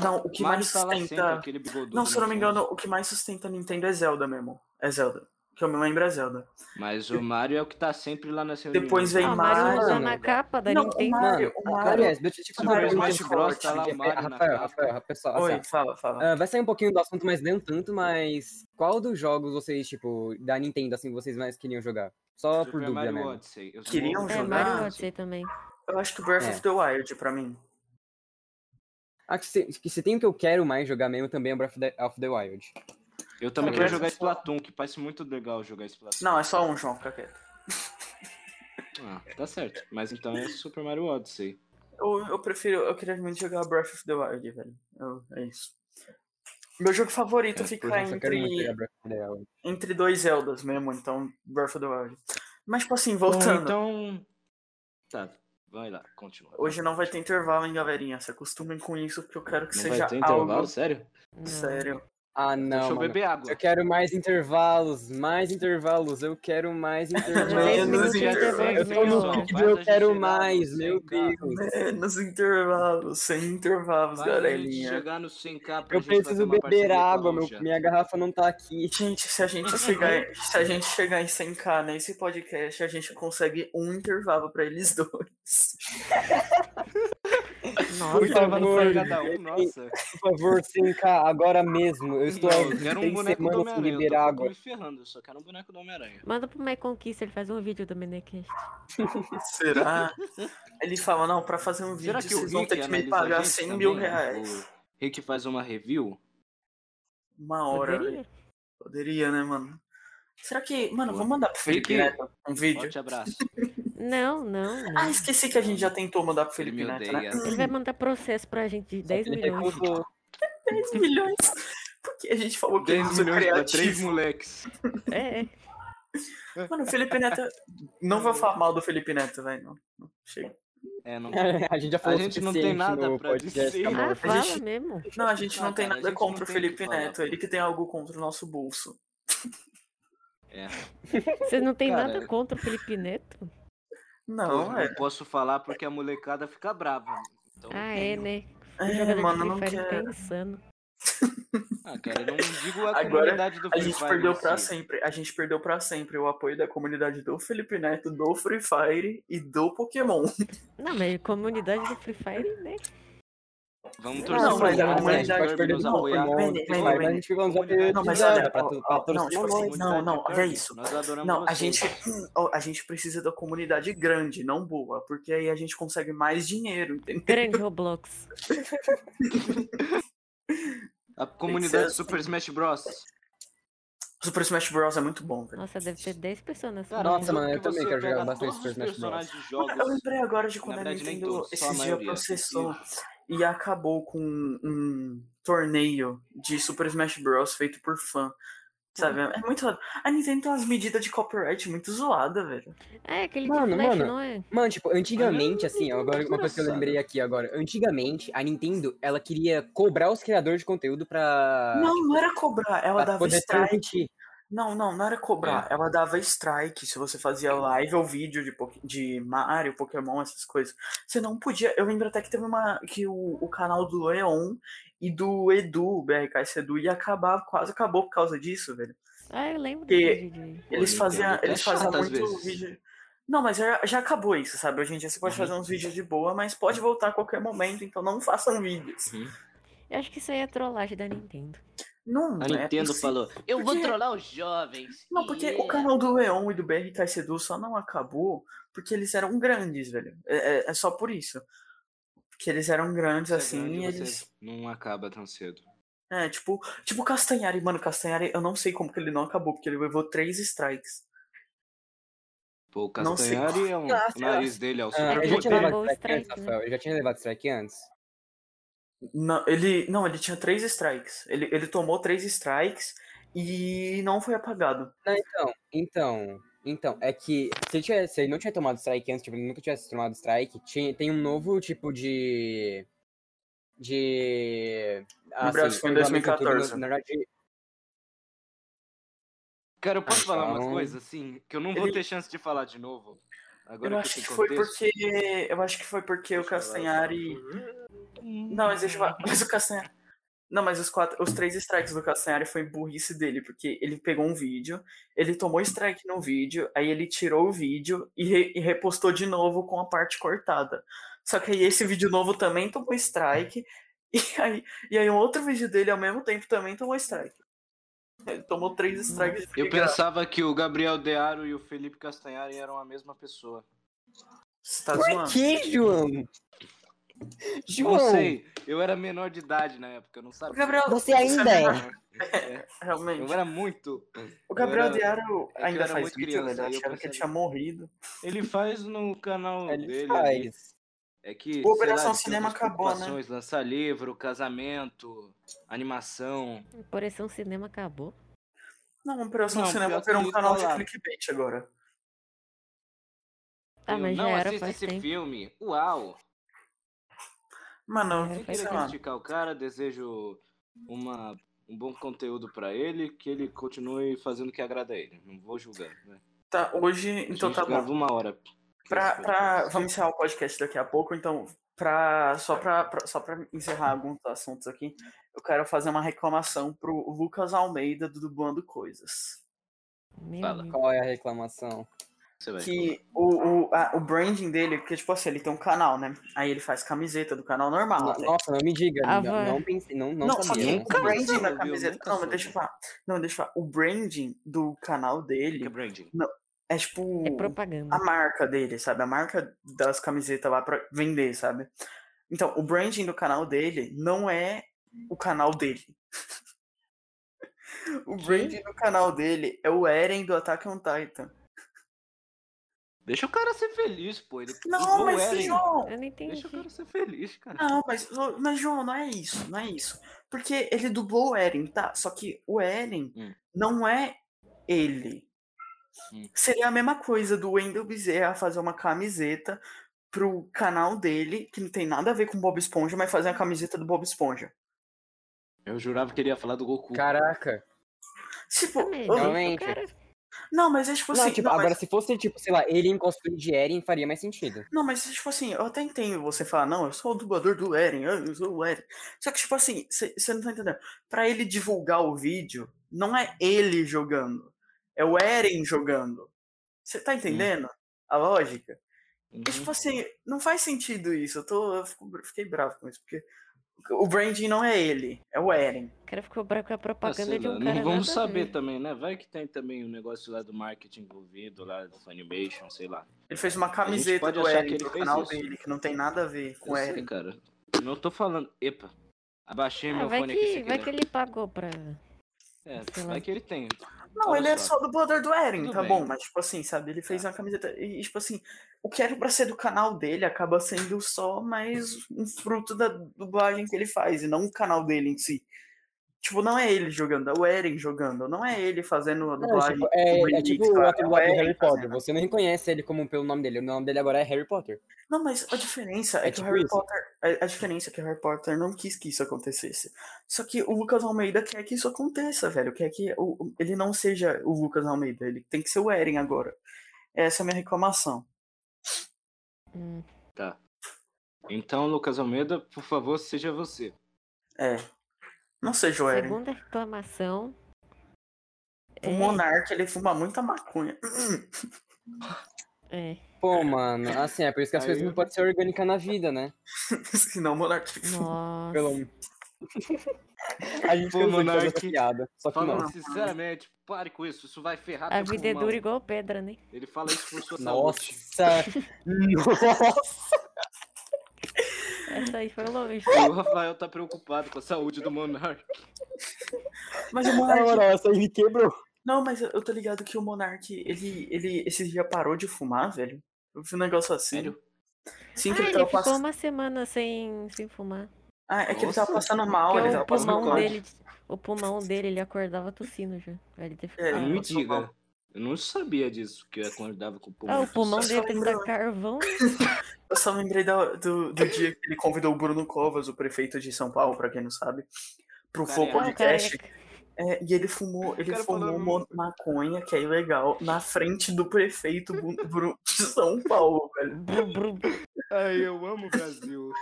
Speaker 2: Não, o que
Speaker 1: Mario
Speaker 2: mais
Speaker 1: tá lá sempre,
Speaker 2: sustenta.
Speaker 1: aquele bigodudo.
Speaker 2: Não, se eu não
Speaker 1: no
Speaker 2: me
Speaker 1: fundo.
Speaker 2: engano, o que mais sustenta a Nintendo é Zelda mesmo. É Zelda. O Que eu me lembro é Zelda.
Speaker 1: Mas o Mario é o que tá sempre lá nessa
Speaker 2: Depois vem
Speaker 4: Ah, o Mario
Speaker 2: Mario.
Speaker 4: tá na
Speaker 3: Mario.
Speaker 4: capa da
Speaker 2: Não, o
Speaker 4: Nintendo.
Speaker 2: Mario. O
Speaker 3: Ah,
Speaker 2: Mario.
Speaker 3: aliás, deixa eu te
Speaker 1: Super
Speaker 3: contar uma
Speaker 1: Smash
Speaker 3: coisa
Speaker 1: Bros
Speaker 3: um que
Speaker 1: tá lá,
Speaker 3: eu
Speaker 1: o
Speaker 3: queria-
Speaker 1: Mario na
Speaker 3: Rafael,
Speaker 1: capa.
Speaker 3: Rafael, pessoal,
Speaker 1: Tá
Speaker 3: assim, ó.
Speaker 2: Oi, fala, fala.
Speaker 1: É.
Speaker 3: Ah, vai sair um pouquinho do assunto, mas não tanto, mas qual dos jogos vocês, tipo, da Nintendo, assim, vocês mais queriam jogar? Só por
Speaker 1: Super
Speaker 3: dúvida
Speaker 1: Mario
Speaker 3: mesmo.
Speaker 1: Odyssey. Eu
Speaker 2: Queriam
Speaker 1: sou-
Speaker 4: É,
Speaker 2: jogar?
Speaker 4: Mario Odyssey também.
Speaker 2: Eu acho que Breath
Speaker 3: É.
Speaker 2: of the Wild, pra mim.
Speaker 3: Ah, que se, que se tem o que eu quero mais jogar mesmo também é o Breath of the, of the Wild.
Speaker 1: Eu também
Speaker 3: Tá
Speaker 1: quero
Speaker 3: ligado?
Speaker 1: jogar Splatoon, que parece muito legal jogar Splatoon.
Speaker 2: Não, é só um, João, fica quieto.
Speaker 1: Ah, tá certo. Mas então é Super Mario Odyssey.
Speaker 2: Eu, eu prefiro, eu queria muito jogar Breath of the Wild, velho. Eu- é isso. Meu jogo
Speaker 1: É,
Speaker 2: favorito
Speaker 1: tá
Speaker 3: Pois,
Speaker 2: fica
Speaker 3: nossa, eu quero muito
Speaker 2: entre,
Speaker 3: jogar Breath of the Wild.
Speaker 2: entre dois Zeldas mesmo, então Breath of the Wild. Mas, tipo assim, voltando.
Speaker 1: Então. Tá, vai lá, continua.
Speaker 2: Hoje não vai ter intervalo, hein, galerinha? Se acostumem com isso, porque eu quero que
Speaker 1: Não
Speaker 2: seja
Speaker 1: vai ter intervalo,
Speaker 2: algo
Speaker 1: sério?
Speaker 4: Não.
Speaker 2: sério.
Speaker 3: Ah,
Speaker 1: Deixa
Speaker 3: não,
Speaker 1: eu
Speaker 3: mano.
Speaker 1: beber água.
Speaker 3: Eu quero mais intervalos, mais intervalos, eu quero
Speaker 1: [LAUGHS]
Speaker 3: mais
Speaker 4: Três
Speaker 3: intervalos.
Speaker 4: minutos
Speaker 2: Menos
Speaker 4: de intervalo,
Speaker 2: intervalo.
Speaker 3: eu tô no
Speaker 4: Senhor,
Speaker 3: vídeo,
Speaker 1: faz a
Speaker 3: eu
Speaker 1: gente
Speaker 3: quero
Speaker 1: chegar no
Speaker 3: mais, meu
Speaker 1: 100K.
Speaker 3: Deus.
Speaker 2: Menos intervalos, sem intervalos,
Speaker 1: Vai a gente
Speaker 2: galerinha.
Speaker 1: chegar no 100k pra
Speaker 3: Eu
Speaker 1: gente fazer
Speaker 3: preciso
Speaker 1: uma
Speaker 3: beber
Speaker 1: parceria com a
Speaker 3: água, meu-
Speaker 1: Ninja.
Speaker 3: minha garrafa não tá aqui. [LAUGHS]
Speaker 2: Gente, se a
Speaker 1: Uhum.
Speaker 2: gente chegar, se a gente chegar em 100k nesse podcast, a gente consegue um intervalo pra
Speaker 1: [LAUGHS]
Speaker 2: eles dois.
Speaker 4: Nossa,
Speaker 3: Muito
Speaker 1: Vai
Speaker 3: amor.
Speaker 1: pra cada um, nossa.
Speaker 3: Por favor, 100k, agora mesmo. Eu estou há
Speaker 1: Eu quero um
Speaker 3: 10
Speaker 1: boneco do
Speaker 3: semanas sem
Speaker 1: Homem-Aranha. Eu tô
Speaker 3: beber
Speaker 1: um pouco
Speaker 3: água.
Speaker 1: me ferrando, eu só quero um boneco do Homem-Aranha.
Speaker 4: manda pro My Conquista, ele faz um vídeo do Menecast.
Speaker 2: Será? Ele fala, não, pra fazer um vídeo
Speaker 1: Será que o
Speaker 2: vocês vão
Speaker 1: Rick
Speaker 2: ter que me
Speaker 1: analisa a
Speaker 2: pagar
Speaker 1: gente
Speaker 2: 100
Speaker 1: também? é
Speaker 2: mil reais.
Speaker 1: O Rick faz uma review?
Speaker 2: Uma hora, velho.
Speaker 4: Poderia?
Speaker 2: Poderia, né, mano? Será que. Mano,
Speaker 1: Pô.
Speaker 2: vamos mandar pro Felipe
Speaker 1: Rick,
Speaker 2: Neto um vídeo?
Speaker 1: Forte abraço.
Speaker 4: Não, não, não.
Speaker 2: Ah, esqueci que a gente já tentou mandar pro
Speaker 1: Ele
Speaker 2: Felipe
Speaker 1: me
Speaker 2: Neto, né?
Speaker 1: odeia.
Speaker 4: Ele vai mandar processo pra gente de 10
Speaker 3: Ele
Speaker 4: milhões.
Speaker 3: [LAUGHS] recusou.
Speaker 2: 10 milhões. Porque a gente falou que ele
Speaker 1: 10
Speaker 2: usa
Speaker 1: milhões pra três
Speaker 2: criativo.
Speaker 1: moleques.
Speaker 4: É, é.
Speaker 2: Mano, o Felipe Neto. Não vou falar mal do Felipe Neto, velho. Não. Não, Chega.
Speaker 1: É, não.
Speaker 3: A gente já
Speaker 1: A
Speaker 3: falou o
Speaker 1: gente não tem
Speaker 3: suficiente
Speaker 1: nada
Speaker 3: no
Speaker 1: pra
Speaker 3: podcast,
Speaker 1: dizer.
Speaker 3: acabou.
Speaker 4: Ah, fala
Speaker 2: gente-
Speaker 4: mesmo.
Speaker 2: Não, a gente
Speaker 1: Ah,
Speaker 2: não tem
Speaker 1: cara, a
Speaker 2: nada
Speaker 1: gente
Speaker 2: contra
Speaker 1: não
Speaker 2: o
Speaker 1: tem o que
Speaker 2: Felipe
Speaker 1: falar,
Speaker 2: Neto,
Speaker 1: pô.
Speaker 2: ele que tem algo contra o nosso bolso.
Speaker 4: Vocês não tem
Speaker 1: Cara,
Speaker 4: nada contra o Felipe Neto?
Speaker 1: Eu
Speaker 2: Não,
Speaker 1: não
Speaker 2: é.
Speaker 1: posso falar porque a molecada fica brava. Então,
Speaker 4: Ah, é, né? O
Speaker 2: É,
Speaker 4: jogador de
Speaker 2: mano, não
Speaker 4: Free Fire
Speaker 2: quero.
Speaker 4: tá insano.
Speaker 1: Ah, cara, eu não digo a
Speaker 2: Agora,
Speaker 1: comunidade do
Speaker 2: A
Speaker 1: Free
Speaker 2: gente
Speaker 1: Fire
Speaker 2: perdeu
Speaker 1: em
Speaker 2: pra
Speaker 1: si.
Speaker 2: sempre. A gente perdeu pra sempre o apoio da comunidade do Felipe Neto, do Free Fire e do Pokémon.
Speaker 4: Não, mas comunidade do Free Fire,
Speaker 2: [LAUGHS]
Speaker 4: né?
Speaker 1: Vamos
Speaker 4: Não,
Speaker 1: torcer
Speaker 2: mas
Speaker 1: pra
Speaker 2: a
Speaker 1: Warner
Speaker 2: comunidade
Speaker 1: Bros.
Speaker 2: pode perder
Speaker 1: nos
Speaker 2: pro
Speaker 1: apoiar.
Speaker 2: Pokémon, Vem, vem, vem.
Speaker 1: Mas
Speaker 3: Mas a gente fica uns apoios
Speaker 2: Não, mas
Speaker 3: de nada
Speaker 2: olha,
Speaker 3: pra
Speaker 2: ó,
Speaker 3: tu-
Speaker 2: ó,
Speaker 3: pra
Speaker 2: não, tipo
Speaker 3: torcer
Speaker 2: assim,
Speaker 3: nós.
Speaker 2: não, não,
Speaker 1: comunidade
Speaker 2: olha
Speaker 1: perde.
Speaker 2: isso.
Speaker 1: Nós adoramos
Speaker 2: Não, a
Speaker 1: vocês.
Speaker 2: gente, ó, a gente precisa da comunidade grande, não boa, porque aí a gente consegue mais dinheiro, entendeu?
Speaker 4: Grande Roblox.
Speaker 1: A
Speaker 2: Tem que
Speaker 1: comunidade
Speaker 2: ser
Speaker 1: Super Smash Bros.
Speaker 2: Super Smash Bros é muito bom, velho.
Speaker 4: Nossa, deve ter 10 pessoas nessa
Speaker 1: Cara,
Speaker 3: Nossa,
Speaker 1: um
Speaker 3: mano,
Speaker 1: jogo
Speaker 3: eu
Speaker 1: que
Speaker 3: também
Speaker 1: você
Speaker 3: quero jogar
Speaker 1: pega
Speaker 3: bastante
Speaker 1: todos os
Speaker 3: Super Smash Bros.
Speaker 1: personagens de
Speaker 2: Mano, Eu
Speaker 1: jogos.
Speaker 2: lembrei agora de quando
Speaker 1: Na
Speaker 2: a
Speaker 1: verdade, nem
Speaker 2: Nintendo
Speaker 1: todos, só a
Speaker 2: esses dias
Speaker 1: maioria. assim,
Speaker 2: processou e acabou com um torneio de Super Smash Bros feito por fã. Sabe? É muito. A Nintendo tem umas medidas de copyright muito zoada, velho.
Speaker 4: É, aquele
Speaker 3: Mano,
Speaker 4: de Flash,
Speaker 3: mano.
Speaker 4: não é?
Speaker 3: Mano, tipo, antigamente, assim, ó, agora uma coisa que eu
Speaker 2: Ah, engraçado.
Speaker 3: lembrei aqui agora. Antigamente, a Nintendo, ela queria cobrar os criadores de conteúdo
Speaker 1: Ah,
Speaker 3: pra.
Speaker 2: não,
Speaker 1: tipo,
Speaker 2: não era cobrar, ela
Speaker 3: pra
Speaker 2: dava
Speaker 3: poder
Speaker 2: strike.
Speaker 3: transmitir.
Speaker 2: Não, não, não era cobrar.
Speaker 1: É.
Speaker 2: Ela dava strike se você fazia live ou vídeo de, Pok- de Mario, Pokémon, essas coisas. Você não podia. Eu lembro até que teve uma. que o, o canal do Leon e do Edu, o BRKS Edu, ia acabar, quase acabou por causa disso, velho.
Speaker 4: Ah, eu lembro
Speaker 2: Que-
Speaker 4: desse vídeo aí.
Speaker 1: Pô,
Speaker 2: Eles
Speaker 1: Nintendo
Speaker 2: faziam,
Speaker 1: tá
Speaker 2: eles faziam
Speaker 1: chata às
Speaker 2: muito
Speaker 1: vezes.
Speaker 2: vídeo. Não, mas já, já acabou isso, sabe? Hoje em dia você pode
Speaker 1: Uhum.
Speaker 2: fazer uns vídeos de boa, mas pode voltar a qualquer momento, então não façam vídeos.
Speaker 4: Eu acho que isso aí é trollagem da Nintendo.
Speaker 2: Não,
Speaker 1: A
Speaker 2: é
Speaker 1: Nintendo
Speaker 2: possível.
Speaker 1: falou.
Speaker 5: Eu vou
Speaker 2: Porque-
Speaker 5: trollar os jovens.
Speaker 2: Não, porque o
Speaker 5: Yeah.
Speaker 2: canal do Leon e do BRK Sedu só não acabou porque eles eram grandes, velho. É, é- é só por isso. Que eles eram grandes,
Speaker 1: "Você é
Speaker 2: assim,
Speaker 1: grande,
Speaker 2: e
Speaker 1: você
Speaker 2: eles.
Speaker 1: Não acaba tão cedo.
Speaker 2: É, tipo, tipo o Castanhari, mano, o Castanhari, eu não sei como que ele não acabou, porque ele levou três strikes.
Speaker 1: Pô, o
Speaker 2: Não sei.
Speaker 1: Castanhari é um.
Speaker 2: Graças
Speaker 1: O nariz dele é o
Speaker 3: Ah,
Speaker 1: super
Speaker 3: eu
Speaker 4: ele
Speaker 3: já tinha
Speaker 4: pegou
Speaker 3: levado
Speaker 4: o
Speaker 3: strike antes,
Speaker 4: strike, né?
Speaker 3: Rafael. Eu já tinha levado strike antes.
Speaker 2: Não, ele, não, ele tinha três strikes. Ele, ele tomou três strikes e não foi apagado.
Speaker 3: Não, então, então, então, é que se ele, tivesse- se ele não tinha tomado strike antes, tipo, ele nunca tivesse tomado strike, tinha, tem um novo tipo de. De. assim, um
Speaker 2: Brasil, foi em
Speaker 3: regulamentatura,
Speaker 2: 2014.
Speaker 3: Na, na verdade,
Speaker 1: Cara, eu posso
Speaker 3: Ah,
Speaker 1: falar
Speaker 3: então-
Speaker 1: uma coisa, assim, que eu não vou
Speaker 2: Ele-
Speaker 1: ter chance de falar de novo. Agora
Speaker 2: eu
Speaker 1: que
Speaker 2: acho que
Speaker 1: tem
Speaker 2: foi
Speaker 1: contexto.
Speaker 2: porque. Eu acho que foi porque o Castanhari. Não, mas deixa eu falar. [LAUGHS] Mas o Castanhari. Não, mas os, quatro, os três strikes do Castanhari foi burrice dele, porque ele pegou um vídeo, ele tomou strike no vídeo, aí ele tirou o vídeo e, re- e repostou de novo com a parte cortada. Só que aí esse vídeo novo também tomou strike, [LAUGHS] e aí, e aí um outro vídeo dele ao mesmo tempo também tomou strike. Ele tomou três strikes de
Speaker 1: Eu
Speaker 2: graça.
Speaker 1: pensava que o Gabriel Dearo e o Felipe Castanhari eram a mesma pessoa.
Speaker 2: Você tá
Speaker 3: Por
Speaker 2: zoando?
Speaker 3: que, João?
Speaker 2: Tipo
Speaker 3: João,
Speaker 2: um-
Speaker 1: Não sei, eu era menor de idade na época, eu não sabia.
Speaker 2: Gabriel,
Speaker 3: você ainda é.
Speaker 1: Eu
Speaker 2: realmente.
Speaker 1: era muito.
Speaker 2: O Gabriel
Speaker 1: era-
Speaker 2: Dearo
Speaker 1: é que eu
Speaker 2: ainda
Speaker 1: era
Speaker 2: faz
Speaker 1: muito
Speaker 2: vídeo,
Speaker 1: criança,
Speaker 2: velho.
Speaker 1: aí
Speaker 2: Eu
Speaker 1: eu
Speaker 2: achava que
Speaker 1: pensava-
Speaker 2: ele tinha morrido.
Speaker 1: Ele faz no canal
Speaker 3: Ele
Speaker 1: dele. ali.
Speaker 3: faz.
Speaker 1: É que.
Speaker 2: O Operação
Speaker 1: sei lá, ele tem
Speaker 2: Cinema
Speaker 1: outras
Speaker 2: acabou, né?
Speaker 1: preocupações, Lançar livro, casamento, animação.
Speaker 4: Pareceu um cinema acabou.
Speaker 2: Não, Operação
Speaker 1: Não,
Speaker 2: Cinema
Speaker 1: pior que
Speaker 2: virou um
Speaker 1: ele
Speaker 2: canal
Speaker 1: tá lá.
Speaker 2: de clickbait agora.
Speaker 4: Ah,
Speaker 1: Eu
Speaker 4: mas já
Speaker 1: não
Speaker 4: era
Speaker 1: assisto
Speaker 4: faz
Speaker 1: esse
Speaker 4: tempo.
Speaker 1: filme. Uau!
Speaker 2: Mano,
Speaker 4: É,
Speaker 1: Sem
Speaker 4: faz
Speaker 1: querer
Speaker 2: sei
Speaker 4: tempo.
Speaker 2: lá.
Speaker 1: criticar o cara, desejo uma, um bom conteúdo pra ele, que ele continue fazendo o que agrada a ele. Não vou julgar. Né?
Speaker 2: Tá, hoje,
Speaker 1: a
Speaker 2: então
Speaker 1: gente
Speaker 2: tá bom.
Speaker 1: gravou uma hora.
Speaker 2: Pra, pra, vamos encerrar o podcast daqui a pouco, então, pra, só, pra, pra- só pra encerrar alguns assuntos aqui, eu quero fazer uma reclamação pro Lucas Almeida do Dublando Coisas.
Speaker 4: Meu
Speaker 1: Fala.
Speaker 4: amigo.
Speaker 3: Qual é a reclamação?
Speaker 1: Você vai
Speaker 2: Que o, o, a- o branding dele, porque, tipo assim, ele tem um canal, né? Aí ele faz camiseta do canal normal. né?
Speaker 3: No-
Speaker 2: até.
Speaker 3: Nossa, não me diga,
Speaker 4: Ah,
Speaker 3: não,
Speaker 4: vai.
Speaker 3: não pensei, não, não,
Speaker 2: Ah, Não, só
Speaker 3: sabia.
Speaker 2: tem
Speaker 3: não
Speaker 2: um
Speaker 1: nunca
Speaker 3: sabia.
Speaker 2: branding
Speaker 1: soube,
Speaker 2: na
Speaker 1: eu
Speaker 2: camiseta.
Speaker 1: nunca
Speaker 2: Não, mas
Speaker 1: soube.
Speaker 2: deixa eu falar. Não, deixa eu falar. O branding do canal
Speaker 1: Que é
Speaker 2: dele
Speaker 1: branding.
Speaker 2: é tipo.
Speaker 4: É propaganda.
Speaker 2: a marca dele, sabe? A marca das camisetas lá pra vender, sabe? Então, o branding do canal dele não é o canal dele. [LAUGHS] o branding do canal dele é o Eren do Attack on Titan.
Speaker 1: Deixa o cara ser feliz, pô. Ele
Speaker 2: Não,
Speaker 1: usou o
Speaker 2: mas
Speaker 1: Eren.
Speaker 2: João,
Speaker 3: Ah,
Speaker 4: Eu não entendi.
Speaker 1: Deixa o cara ser feliz, cara.
Speaker 2: Não, mas, ô, mas João, não é isso, não é isso. Porque ele dublou o Eren, tá? Só que o Eren
Speaker 1: Hum.
Speaker 2: não é ele.
Speaker 1: Hum.
Speaker 2: Seria a mesma coisa do Wendel Bezerra fazer uma camiseta pro canal dele, que não tem nada a ver com Bob Esponja, mas fazer a camiseta do Bob Esponja.
Speaker 1: Eu jurava que ele ia falar do Goku.
Speaker 3: Caraca.
Speaker 2: Tipo,
Speaker 4: Também,
Speaker 2: eu-
Speaker 4: né?
Speaker 3: realmente.
Speaker 4: O cara-
Speaker 2: não, mas é tipo
Speaker 3: Não,
Speaker 2: assim.
Speaker 3: tipo,
Speaker 2: não, mas-
Speaker 3: agora se fosse, tipo, sei lá, ele em cosplay de Eren, faria mais sentido.
Speaker 2: Não, mas tipo assim, eu até entendo você falar, não, eu sou o dublador do Eren, eu eu sou o Eren. Só que, tipo assim, você não tá entendendo. Pra ele divulgar o vídeo, não é ele jogando. É o Eren jogando. Você tá entendendo a lógica?
Speaker 1: Uhum.
Speaker 2: E, tipo assim, não faz sentido isso. Eu, tô, eu fico- fiquei bravo com isso, porque o branding não é ele, é o Eren.
Speaker 4: O cara ficou bravo com a
Speaker 1: Ah,
Speaker 4: propaganda
Speaker 1: sei
Speaker 2: é
Speaker 4: de um
Speaker 1: lá,
Speaker 4: cara.
Speaker 1: não vamos
Speaker 4: nada a
Speaker 1: saber
Speaker 4: ver.
Speaker 1: também, né? Vai que tem também o negócio lá do marketing envolvido, lá do Funimation, sei lá.
Speaker 2: Ele fez uma
Speaker 1: gente
Speaker 2: camiseta
Speaker 1: pode
Speaker 2: do
Speaker 1: achar
Speaker 2: Eren
Speaker 1: que ele
Speaker 2: no
Speaker 1: fez
Speaker 2: canal
Speaker 1: isso.
Speaker 2: dele, que não tem nada a ver com o
Speaker 1: eu sei,
Speaker 2: Eren.
Speaker 1: cara. Não tô falando. Epa, abaixei
Speaker 4: Ah,
Speaker 1: meu
Speaker 4: vai
Speaker 1: fone
Speaker 4: que,
Speaker 1: aqui. sem
Speaker 4: vai
Speaker 1: querer.
Speaker 4: que ele pagou pra.
Speaker 1: É,
Speaker 4: sei lá.
Speaker 1: vai que ele tem.
Speaker 2: Não,
Speaker 1: Olha
Speaker 2: ele é
Speaker 1: só.
Speaker 2: só dublador do Eren,
Speaker 1: Tudo
Speaker 2: tá
Speaker 1: bem. Tá.
Speaker 2: bom, mas tipo assim, sabe, ele fez uma camiseta e tipo assim, o que era pra ser do canal dele acaba sendo só mais um fruto da dublagem que ele faz e não o canal dele em si. Tipo, não é ele jogando, é o Eren jogando, não é ele fazendo a
Speaker 3: Não,
Speaker 2: dublagem.
Speaker 3: tipo, é,
Speaker 2: do
Speaker 3: é
Speaker 2: remix,
Speaker 3: tipo o
Speaker 2: claro,
Speaker 3: ator
Speaker 2: é o
Speaker 3: lá do
Speaker 2: Eren
Speaker 3: Harry Potter.
Speaker 2: fazendo.
Speaker 3: Você não reconhece ele como pelo nome dele. O nome dele agora é Harry Potter.
Speaker 2: Não, mas a diferença é,
Speaker 3: É
Speaker 2: que o
Speaker 3: tipo
Speaker 2: Harry
Speaker 3: isso.
Speaker 2: Potter. A, a diferença é que o Harry Potter não quis que isso acontecesse. Só que o Lucas Almeida quer que isso aconteça, velho. Quer que o- o- ele não seja o Lucas Almeida, ele tem que ser o Eren agora. Essa é a minha reclamação.
Speaker 4: Hum,
Speaker 1: Tá. Então, Lucas Almeida, por favor, seja você.
Speaker 2: É. Não seja o Eren.
Speaker 4: segunda reclamação.
Speaker 2: O Monark, ele fuma muita maconha. [LAUGHS]
Speaker 4: É, é.
Speaker 3: Pô, mano, assim, é por isso que as
Speaker 1: Aí
Speaker 3: coisas
Speaker 1: eu-
Speaker 3: não podem ser orgânicas na vida, né?
Speaker 2: Senão o Monark [LAUGHS] fuma.
Speaker 3: [LAUGHS]
Speaker 4: Nossa.
Speaker 3: Pelo... [LAUGHS] A gente
Speaker 1: Pô,
Speaker 3: pensou em fazer essa
Speaker 1: Monark.
Speaker 3: piada, só que não.
Speaker 1: Falando sinceramente, pare com isso. Isso vai ferrar
Speaker 4: A
Speaker 1: teu
Speaker 4: vida é
Speaker 1: pulmão.
Speaker 4: dura igual pedra, né?
Speaker 1: Ele fala isso por sua saúde.
Speaker 3: Nossa! [LAUGHS] Nossa!
Speaker 4: Essa aí foi
Speaker 3: [LAUGHS]
Speaker 4: longe.
Speaker 1: O Rafael tá preocupado com a saúde do Monark.
Speaker 2: Mas o
Speaker 3: Na
Speaker 2: Monark.
Speaker 3: moral, essa aí me quebrou.
Speaker 2: Não, mas eu eu tô ligado que o Monark, ele, ele esse dia parou de fumar, velho. Eu vi um negócio assim.
Speaker 1: Sério?
Speaker 2: Sim,
Speaker 4: Ah,
Speaker 2: que ele
Speaker 4: ele
Speaker 2: tava
Speaker 4: ficou
Speaker 2: passando.
Speaker 4: uma semana sem, sem fumar.
Speaker 2: Ah, é que ele tava
Speaker 1: Nossa.
Speaker 2: passando mal,
Speaker 4: Porque
Speaker 2: ele
Speaker 4: o
Speaker 2: tava passando
Speaker 4: um pulmão
Speaker 2: mal.
Speaker 4: dele. O pulmão dele, ele acordava tossindo já. Aí Ele teve que
Speaker 2: É, ele
Speaker 4: parar.
Speaker 1: Me
Speaker 2: eu sou
Speaker 1: diga. Eu não sabia disso, que eu acordava com o pulmão.
Speaker 4: Ah, o pulmão
Speaker 2: só
Speaker 4: dele tem que
Speaker 2: lembrando.
Speaker 4: dar carvão. né?
Speaker 2: Eu só lembrei da- do, do dia que ele convidou o Bruno Covas, o prefeito de São Paulo, pra quem não sabe, pro
Speaker 1: Cara,
Speaker 2: Flow
Speaker 1: é.
Speaker 4: Ah,
Speaker 2: Podcast.
Speaker 4: careca.
Speaker 2: É, e ele fumou, ele
Speaker 1: cara
Speaker 2: fumou
Speaker 1: falou-
Speaker 2: uma maconha, que é ilegal, na frente do prefeito Bu- Bru- de São Paulo, velho.
Speaker 4: Bru, bru, bru.
Speaker 1: Ai, eu amo o Brasil.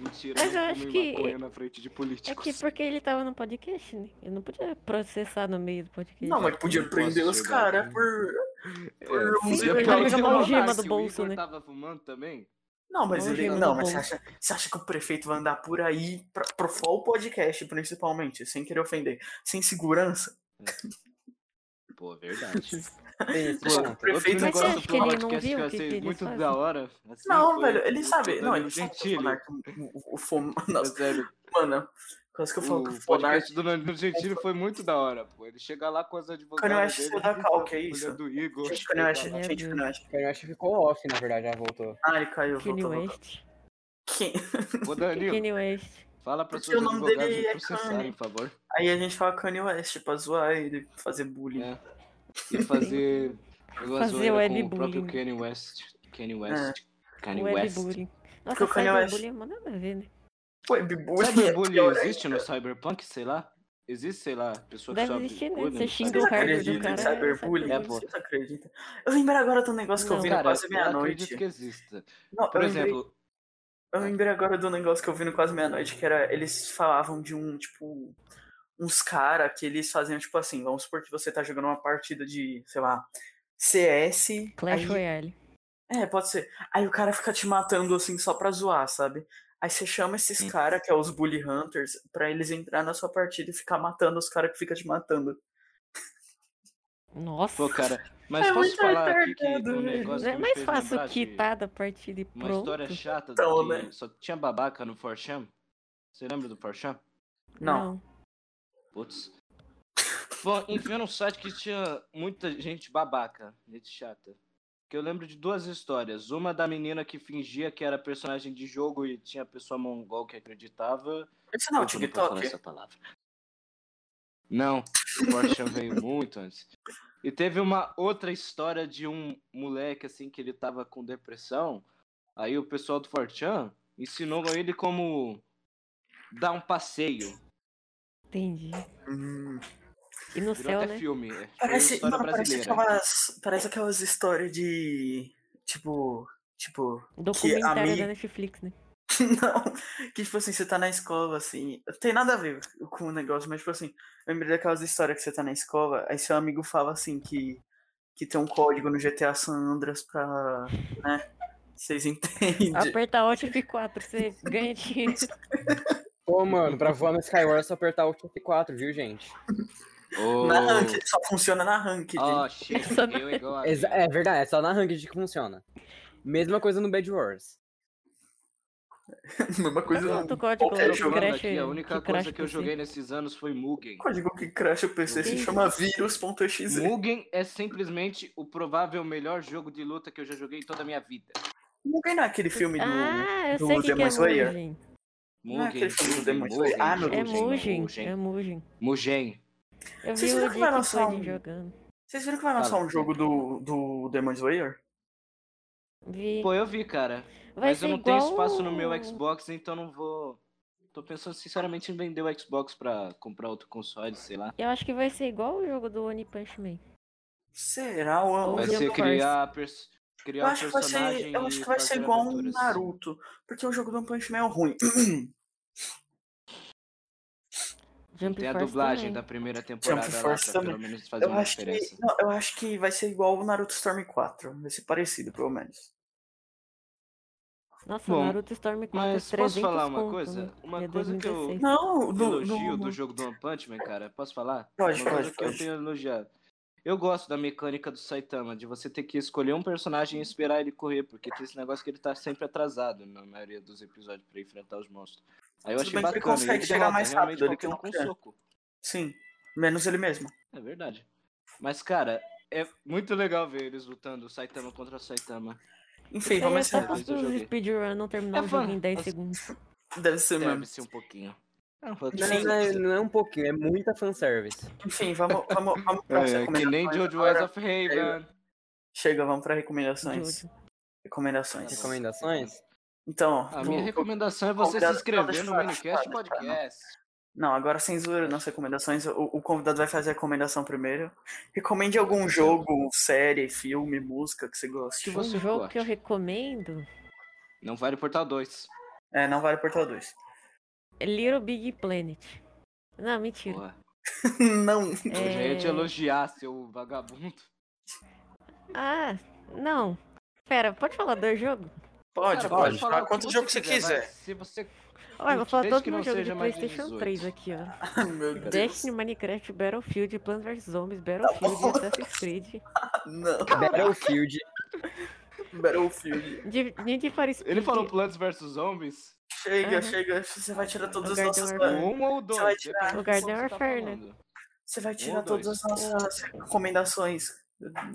Speaker 1: Mentira,
Speaker 4: Mas
Speaker 1: não
Speaker 4: eu
Speaker 1: fumem
Speaker 4: acho que-
Speaker 1: maconha na frente de
Speaker 4: É
Speaker 1: políticos.
Speaker 4: que porque ele tava no podcast, né? Ele não podia processar no meio do podcast.
Speaker 2: Não, mas podia
Speaker 1: Não
Speaker 2: prender
Speaker 1: posso
Speaker 2: os
Speaker 1: jogar
Speaker 2: caras
Speaker 1: aqui.
Speaker 2: por.
Speaker 1: É.
Speaker 2: por uns
Speaker 4: Sim,
Speaker 1: Depois
Speaker 4: ele joga
Speaker 2: ilegais de
Speaker 4: uma
Speaker 1: que o
Speaker 2: maconha.
Speaker 4: algema do
Speaker 1: Igor
Speaker 4: bolso, né?
Speaker 1: tava fumando também?
Speaker 2: Não, mas
Speaker 4: Não,
Speaker 2: ele.
Speaker 4: gente,
Speaker 2: Não,
Speaker 4: não
Speaker 2: mas você
Speaker 4: vou.
Speaker 2: acha, você acha que o prefeito vai andar por aí pra, pro Flow Podcast, principalmente, sem querer ofender, sem segurança?
Speaker 1: Pô, é verdade.
Speaker 3: Tem esse
Speaker 2: Pô,
Speaker 3: ponto.
Speaker 2: prefeito é
Speaker 1: Outro
Speaker 4: Mas
Speaker 1: negócio
Speaker 4: você acha
Speaker 1: do
Speaker 4: que ele não
Speaker 1: podcast
Speaker 4: viu
Speaker 1: eu
Speaker 4: o que
Speaker 1: achei
Speaker 4: que eles
Speaker 1: muito
Speaker 4: fazem?
Speaker 1: da hora. assim,
Speaker 2: Não,
Speaker 1: foi
Speaker 2: velho, ele
Speaker 1: o
Speaker 2: sabe. Não,
Speaker 1: Danilo
Speaker 2: ele sabe que o
Speaker 1: Gentili.
Speaker 2: Monark- o, o, fuma-
Speaker 1: É
Speaker 2: [LAUGHS] Nossa,
Speaker 1: sério,
Speaker 2: mano. Quase que eu falo que o
Speaker 1: o
Speaker 2: Monark.
Speaker 1: podcast do Danilo Gentili foi muito da hora, pô. Ele chega lá com as advogadas
Speaker 2: Kanye West
Speaker 1: dele, tá
Speaker 2: saiu da cal, que é
Speaker 1: mulher
Speaker 2: isso?
Speaker 1: do tá Igor.
Speaker 2: Gente, Kanye West,
Speaker 4: Meu
Speaker 2: gente,
Speaker 4: Deus.
Speaker 2: Kanye West.
Speaker 3: Eu acho que ficou off, na verdade, já voltou.
Speaker 2: Ah, ele caiu,
Speaker 4: Kanye
Speaker 2: voltou, voltou.
Speaker 4: West.
Speaker 2: Quem-
Speaker 1: Ô, Danilo,
Speaker 4: Kanye West.
Speaker 1: fala pra
Speaker 2: Porque
Speaker 1: seus
Speaker 2: o nome dele
Speaker 1: advogados me
Speaker 2: é
Speaker 1: processarem,
Speaker 2: Kanye.
Speaker 1: por favor.
Speaker 2: Aí a gente fala Kanye West pra zoar ele, fazer bullying.
Speaker 1: É. E fazer... eu
Speaker 4: Fazer
Speaker 1: zoeira
Speaker 4: web
Speaker 1: com o próprio
Speaker 4: bullying.
Speaker 1: Kanye West. Kanye West. Kanye West.
Speaker 4: Webbullying.
Speaker 2: Porque
Speaker 4: Nossa,
Speaker 2: o Kanye West-
Speaker 4: cyberbullying é mó nada a ver, né?
Speaker 2: Webbullying. [LAUGHS]
Speaker 1: Cyberbullying existe no Cyberpunk, sei lá? Existe, sei lá, pessoa que
Speaker 4: Deve
Speaker 1: sobe
Speaker 4: existir, né?
Speaker 1: bullying
Speaker 4: Você
Speaker 1: no
Speaker 4: xinga o
Speaker 2: Vocês
Speaker 1: Cyberpunk.
Speaker 4: hardware do
Speaker 2: acreditam em
Speaker 4: cara,
Speaker 2: cyberbullying?
Speaker 1: é, pô.
Speaker 2: Vocês acreditam? Eu lembrei agora de um negócio que eu
Speaker 4: Não.
Speaker 2: vi no
Speaker 1: Cara,
Speaker 2: quase
Speaker 1: eu acredito
Speaker 2: meia-noite.
Speaker 1: que exista.
Speaker 2: Não,
Speaker 1: Por
Speaker 2: eu lembrei-
Speaker 1: exemplo, é.
Speaker 2: Eu lembrei agora do negócio que eu vi no Quase Meia-Noite, que era. Eles falavam de um, tipo. Uns caras que eles faziam, tipo assim, vamos supor que você tá jogando uma partida de, sei lá, CS.
Speaker 4: Clash
Speaker 2: aí-
Speaker 4: Royale.
Speaker 2: É, pode ser. Aí o cara fica te matando assim só pra zoar, sabe? Aí você chama esses caras, que é os Bully Hunters, pra eles entrar na sua partida e ficar matando os caras que ficam te matando.
Speaker 4: Nossa.
Speaker 1: Pô, cara, mas
Speaker 2: É
Speaker 1: posso
Speaker 2: muito
Speaker 1: falar aqui que
Speaker 2: retardado,
Speaker 1: um
Speaker 2: velho.
Speaker 1: negócio
Speaker 4: Não
Speaker 1: que
Speaker 4: é
Speaker 1: me
Speaker 4: mais
Speaker 1: fez
Speaker 4: fácil
Speaker 1: lembrar de
Speaker 4: quitar da partida e
Speaker 1: Uma
Speaker 4: pronto.
Speaker 1: história chata
Speaker 2: Então,
Speaker 1: que
Speaker 2: né?
Speaker 1: só tinha babaca no 4chan. Você lembra do 4chan?
Speaker 2: Não.
Speaker 1: Putz. Bom, enfim, era um site que tinha muita gente babaca, gente chata. Que eu lembro de duas histórias. Uma da menina que fingia que era personagem de jogo e tinha pessoa mongol que acreditava.
Speaker 2: Isso não é o
Speaker 1: Eu posso falar
Speaker 2: TikTok?
Speaker 1: essa palavra. Não, o Porsche
Speaker 2: [LAUGHS]
Speaker 1: veio muito antes. E teve uma outra história de um moleque assim que ele tava com depressão Aí o pessoal do Fortran ensinou ele como dar um passeio.
Speaker 4: Entendi.
Speaker 2: Hum,
Speaker 4: E no
Speaker 1: Virou
Speaker 4: céu,
Speaker 1: até
Speaker 4: né?
Speaker 1: filme. é. Foi
Speaker 2: Parece,
Speaker 1: história
Speaker 2: mano, parece
Speaker 1: brasileira.
Speaker 2: aquelas. Parece aquelas histórias de. Tipo. Tipo.
Speaker 4: Documentário
Speaker 2: ami-
Speaker 4: da Netflix, né?
Speaker 2: [LAUGHS] Não, que tipo assim, você tá na escola, assim. Tem nada a ver com o negócio, mas tipo assim, eu lembrei daquelas histórias que você tá na escola, aí seu amigo fala assim que, que tem um código no GTA San Andreas pra. né? Vocês [LAUGHS] entendem?
Speaker 4: Aperta Alt F4, você ganha dinheiro.
Speaker 3: Pô, mano, pra voar no Skyward é só apertar o F4, viu, gente?
Speaker 2: [LAUGHS]
Speaker 1: Oh,
Speaker 2: Na ranked, só funciona na ranked.
Speaker 1: oh shit,
Speaker 4: Essa não
Speaker 1: eu igual a
Speaker 3: Exa-
Speaker 1: mim.
Speaker 3: é verdade, é só na ranked que funciona. Mesma coisa no Bad Wars.
Speaker 2: [LAUGHS] Mesma coisa
Speaker 4: Qual é o
Speaker 2: não.
Speaker 4: outro código
Speaker 2: qualquer
Speaker 4: que
Speaker 1: Tô falando
Speaker 4: crash-
Speaker 1: aqui, a única coisa
Speaker 4: que crash
Speaker 1: que eu
Speaker 4: PC?
Speaker 1: joguei nesses anos foi Mugen.
Speaker 2: O um código que cracha o PC se
Speaker 4: Mugen.
Speaker 2: chama vírus.exe.
Speaker 1: Mugen é simplesmente o provável melhor jogo de luta que eu já joguei em toda a minha vida.
Speaker 2: Mugen não é aquele filme do.
Speaker 4: Ah, eu
Speaker 2: do
Speaker 4: sei o que, que é
Speaker 2: Demon Slayer?
Speaker 4: Mugen.
Speaker 2: Não é
Speaker 1: Mugen,
Speaker 2: aquele filme do
Speaker 1: Mugen,
Speaker 2: Demon
Speaker 1: Mugen,
Speaker 2: Slayer? Ah, meu
Speaker 4: É
Speaker 2: Deus,
Speaker 1: Mugen,
Speaker 4: Mugen, é Mugen.
Speaker 1: Mugen.
Speaker 4: Eu
Speaker 2: Vocês
Speaker 4: vi
Speaker 2: viram
Speaker 4: o
Speaker 2: que vai
Speaker 4: Dick
Speaker 2: lançar
Speaker 4: Floyd
Speaker 2: um-
Speaker 4: jogando.
Speaker 2: Vocês viram que vai lançar
Speaker 1: Fala.
Speaker 2: um jogo do, do Demon Slayer?
Speaker 4: Vi.
Speaker 1: Pô, eu vi, cara.
Speaker 4: Vai
Speaker 1: Mas eu
Speaker 4: ser
Speaker 1: não
Speaker 4: igual
Speaker 1: tenho espaço no meu
Speaker 4: o-
Speaker 1: Xbox, então não vou. Tô pensando sinceramente em vender o Xbox pra comprar outro console, sei lá.
Speaker 4: Eu acho que vai ser igual o jogo do One Punch Man.
Speaker 2: Será o.
Speaker 4: Ou
Speaker 1: Vai
Speaker 4: The
Speaker 1: ser
Speaker 4: Force.
Speaker 1: criar, pers...
Speaker 2: Eu
Speaker 1: criar
Speaker 2: acho, que vai
Speaker 1: é um personagem.
Speaker 2: ser, eu acho
Speaker 1: e
Speaker 2: que vai ser
Speaker 1: fazer
Speaker 2: igual um
Speaker 1: aventuras.
Speaker 2: Naruto, porque o jogo do One Punch Man é ruim.
Speaker 4: Jump
Speaker 1: Tem a
Speaker 4: Force
Speaker 1: dublagem
Speaker 4: também.
Speaker 1: da primeira temporada lá,
Speaker 2: Force
Speaker 1: pra pelo
Speaker 2: também.
Speaker 1: menos fazer
Speaker 2: Eu
Speaker 1: uma
Speaker 2: acho, que,
Speaker 1: diferença.
Speaker 2: não, eu acho que vai ser igual o Naruto Storm 4, vai ser parecido, pelo menos.
Speaker 4: Nossa,
Speaker 1: Bom,
Speaker 4: Naruto Storm 4
Speaker 1: Mas
Speaker 4: 300
Speaker 1: posso falar uma
Speaker 4: conto,
Speaker 1: coisa?
Speaker 4: né?
Speaker 1: Uma
Speaker 4: E é
Speaker 1: coisa que eu
Speaker 4: 2016.
Speaker 2: Não, do,
Speaker 1: elogio
Speaker 2: do-
Speaker 1: do jogo do One Punch Man, cara. Posso falar?
Speaker 2: Pode,
Speaker 1: uma coisa
Speaker 2: pode,
Speaker 1: que
Speaker 2: pode.
Speaker 1: eu tenho elogiado. Eu gosto da mecânica do Saitama, de você ter que escolher um personagem e esperar ele correr, porque tem esse negócio que ele tá sempre atrasado na maioria dos episódios pra enfrentar os monstros. Aí eu
Speaker 2: Tudo
Speaker 1: achei
Speaker 2: bem que ele
Speaker 1: bacana.
Speaker 2: consegue chegar
Speaker 1: derrota
Speaker 2: mais
Speaker 1: realmente
Speaker 2: rápido, ele
Speaker 1: qualquer um com
Speaker 2: que não
Speaker 1: soco.
Speaker 2: Sim, menos ele mesmo.
Speaker 1: É verdade. Mas, cara, é muito legal ver eles lutando Saitama contra Saitama.
Speaker 2: Enfim,
Speaker 4: Isso aí é
Speaker 2: vamos
Speaker 4: só
Speaker 1: encerrar.
Speaker 2: encerrar.
Speaker 4: [LAUGHS] pros
Speaker 1: Depois eu
Speaker 4: os
Speaker 1: joguei.
Speaker 4: speedrun não terminar
Speaker 1: É
Speaker 4: o jogo
Speaker 1: fã.
Speaker 4: em 10
Speaker 1: As-
Speaker 4: segundos.
Speaker 2: Deve ser mesmo.
Speaker 1: Deve-se um pouquinho. É um pouquinho.
Speaker 3: Não, é- não é um pouquinho, é muita fanservice.
Speaker 2: Enfim, vamos, vamos, vamos pra
Speaker 1: É, que nem
Speaker 2: recomendações
Speaker 1: Jojo
Speaker 2: agora.
Speaker 1: Wise of Haven.
Speaker 2: Chega, vamos pra recomendações.
Speaker 4: Jojo.
Speaker 2: Recomendações.
Speaker 1: Tá bom.
Speaker 3: Recomendações?
Speaker 2: Então,
Speaker 1: A
Speaker 2: do-
Speaker 1: minha recomendação é você se
Speaker 2: Convidado- não,
Speaker 1: inscrever
Speaker 2: deixa eu
Speaker 1: no
Speaker 2: falar,
Speaker 1: Minicast
Speaker 2: deixa eu falar,
Speaker 1: Podcast.
Speaker 2: Não, agora censura nas recomendações. O, o convidado vai fazer a recomendação primeiro. Recomende
Speaker 1: Uhum.
Speaker 2: algum jogo, série, filme, música que você goste.
Speaker 1: Que você
Speaker 4: um jogo
Speaker 1: gosta.
Speaker 4: que eu recomendo
Speaker 1: Não vale Portal 2.
Speaker 2: É, não vale Portal 2.
Speaker 4: é Little Big Planet. Não, mentira.
Speaker 1: Porra.
Speaker 2: [LAUGHS] não.
Speaker 1: Eu já ia te
Speaker 4: É-
Speaker 1: elogiar, seu vagabundo.
Speaker 4: Ah, não. Pera, pode falar do jogo?
Speaker 2: Pode,
Speaker 1: Cara,
Speaker 2: pode.
Speaker 1: falar
Speaker 2: Fala
Speaker 1: o que
Speaker 2: quanto jogo você quiser.
Speaker 1: vai. Se você...
Speaker 4: Olha, vou
Speaker 1: Desde
Speaker 4: falar
Speaker 1: que
Speaker 4: todo
Speaker 1: não
Speaker 4: meu jogo de
Speaker 1: seja mais de
Speaker 4: Playstation
Speaker 1: 18.
Speaker 4: 3 aqui,
Speaker 2: Ai,
Speaker 4: ó.
Speaker 2: [LAUGHS] meu Deus.
Speaker 4: Destiny, Minecraft, Battlefield, Plants vs Zombies, Battlefield, Assassin's Creed,
Speaker 2: Não.
Speaker 3: Battlefield.
Speaker 2: Battlefield.
Speaker 4: Di- Need for Speed.
Speaker 1: Ele falou Plants vs Zombies?
Speaker 2: Chega,
Speaker 4: Aham.
Speaker 2: chega. Você vai tirar todas as
Speaker 4: Lugar
Speaker 2: nossas.
Speaker 4: do Orfeu.
Speaker 1: Um ou dois?
Speaker 2: Você vai
Speaker 1: depende
Speaker 2: tirar-
Speaker 1: do
Speaker 4: O
Speaker 1: que
Speaker 4: Garden
Speaker 1: você tá
Speaker 4: Warfare, né?
Speaker 1: falando.
Speaker 2: Você vai tirar
Speaker 1: ou dois.
Speaker 2: todas as nossas recomendações.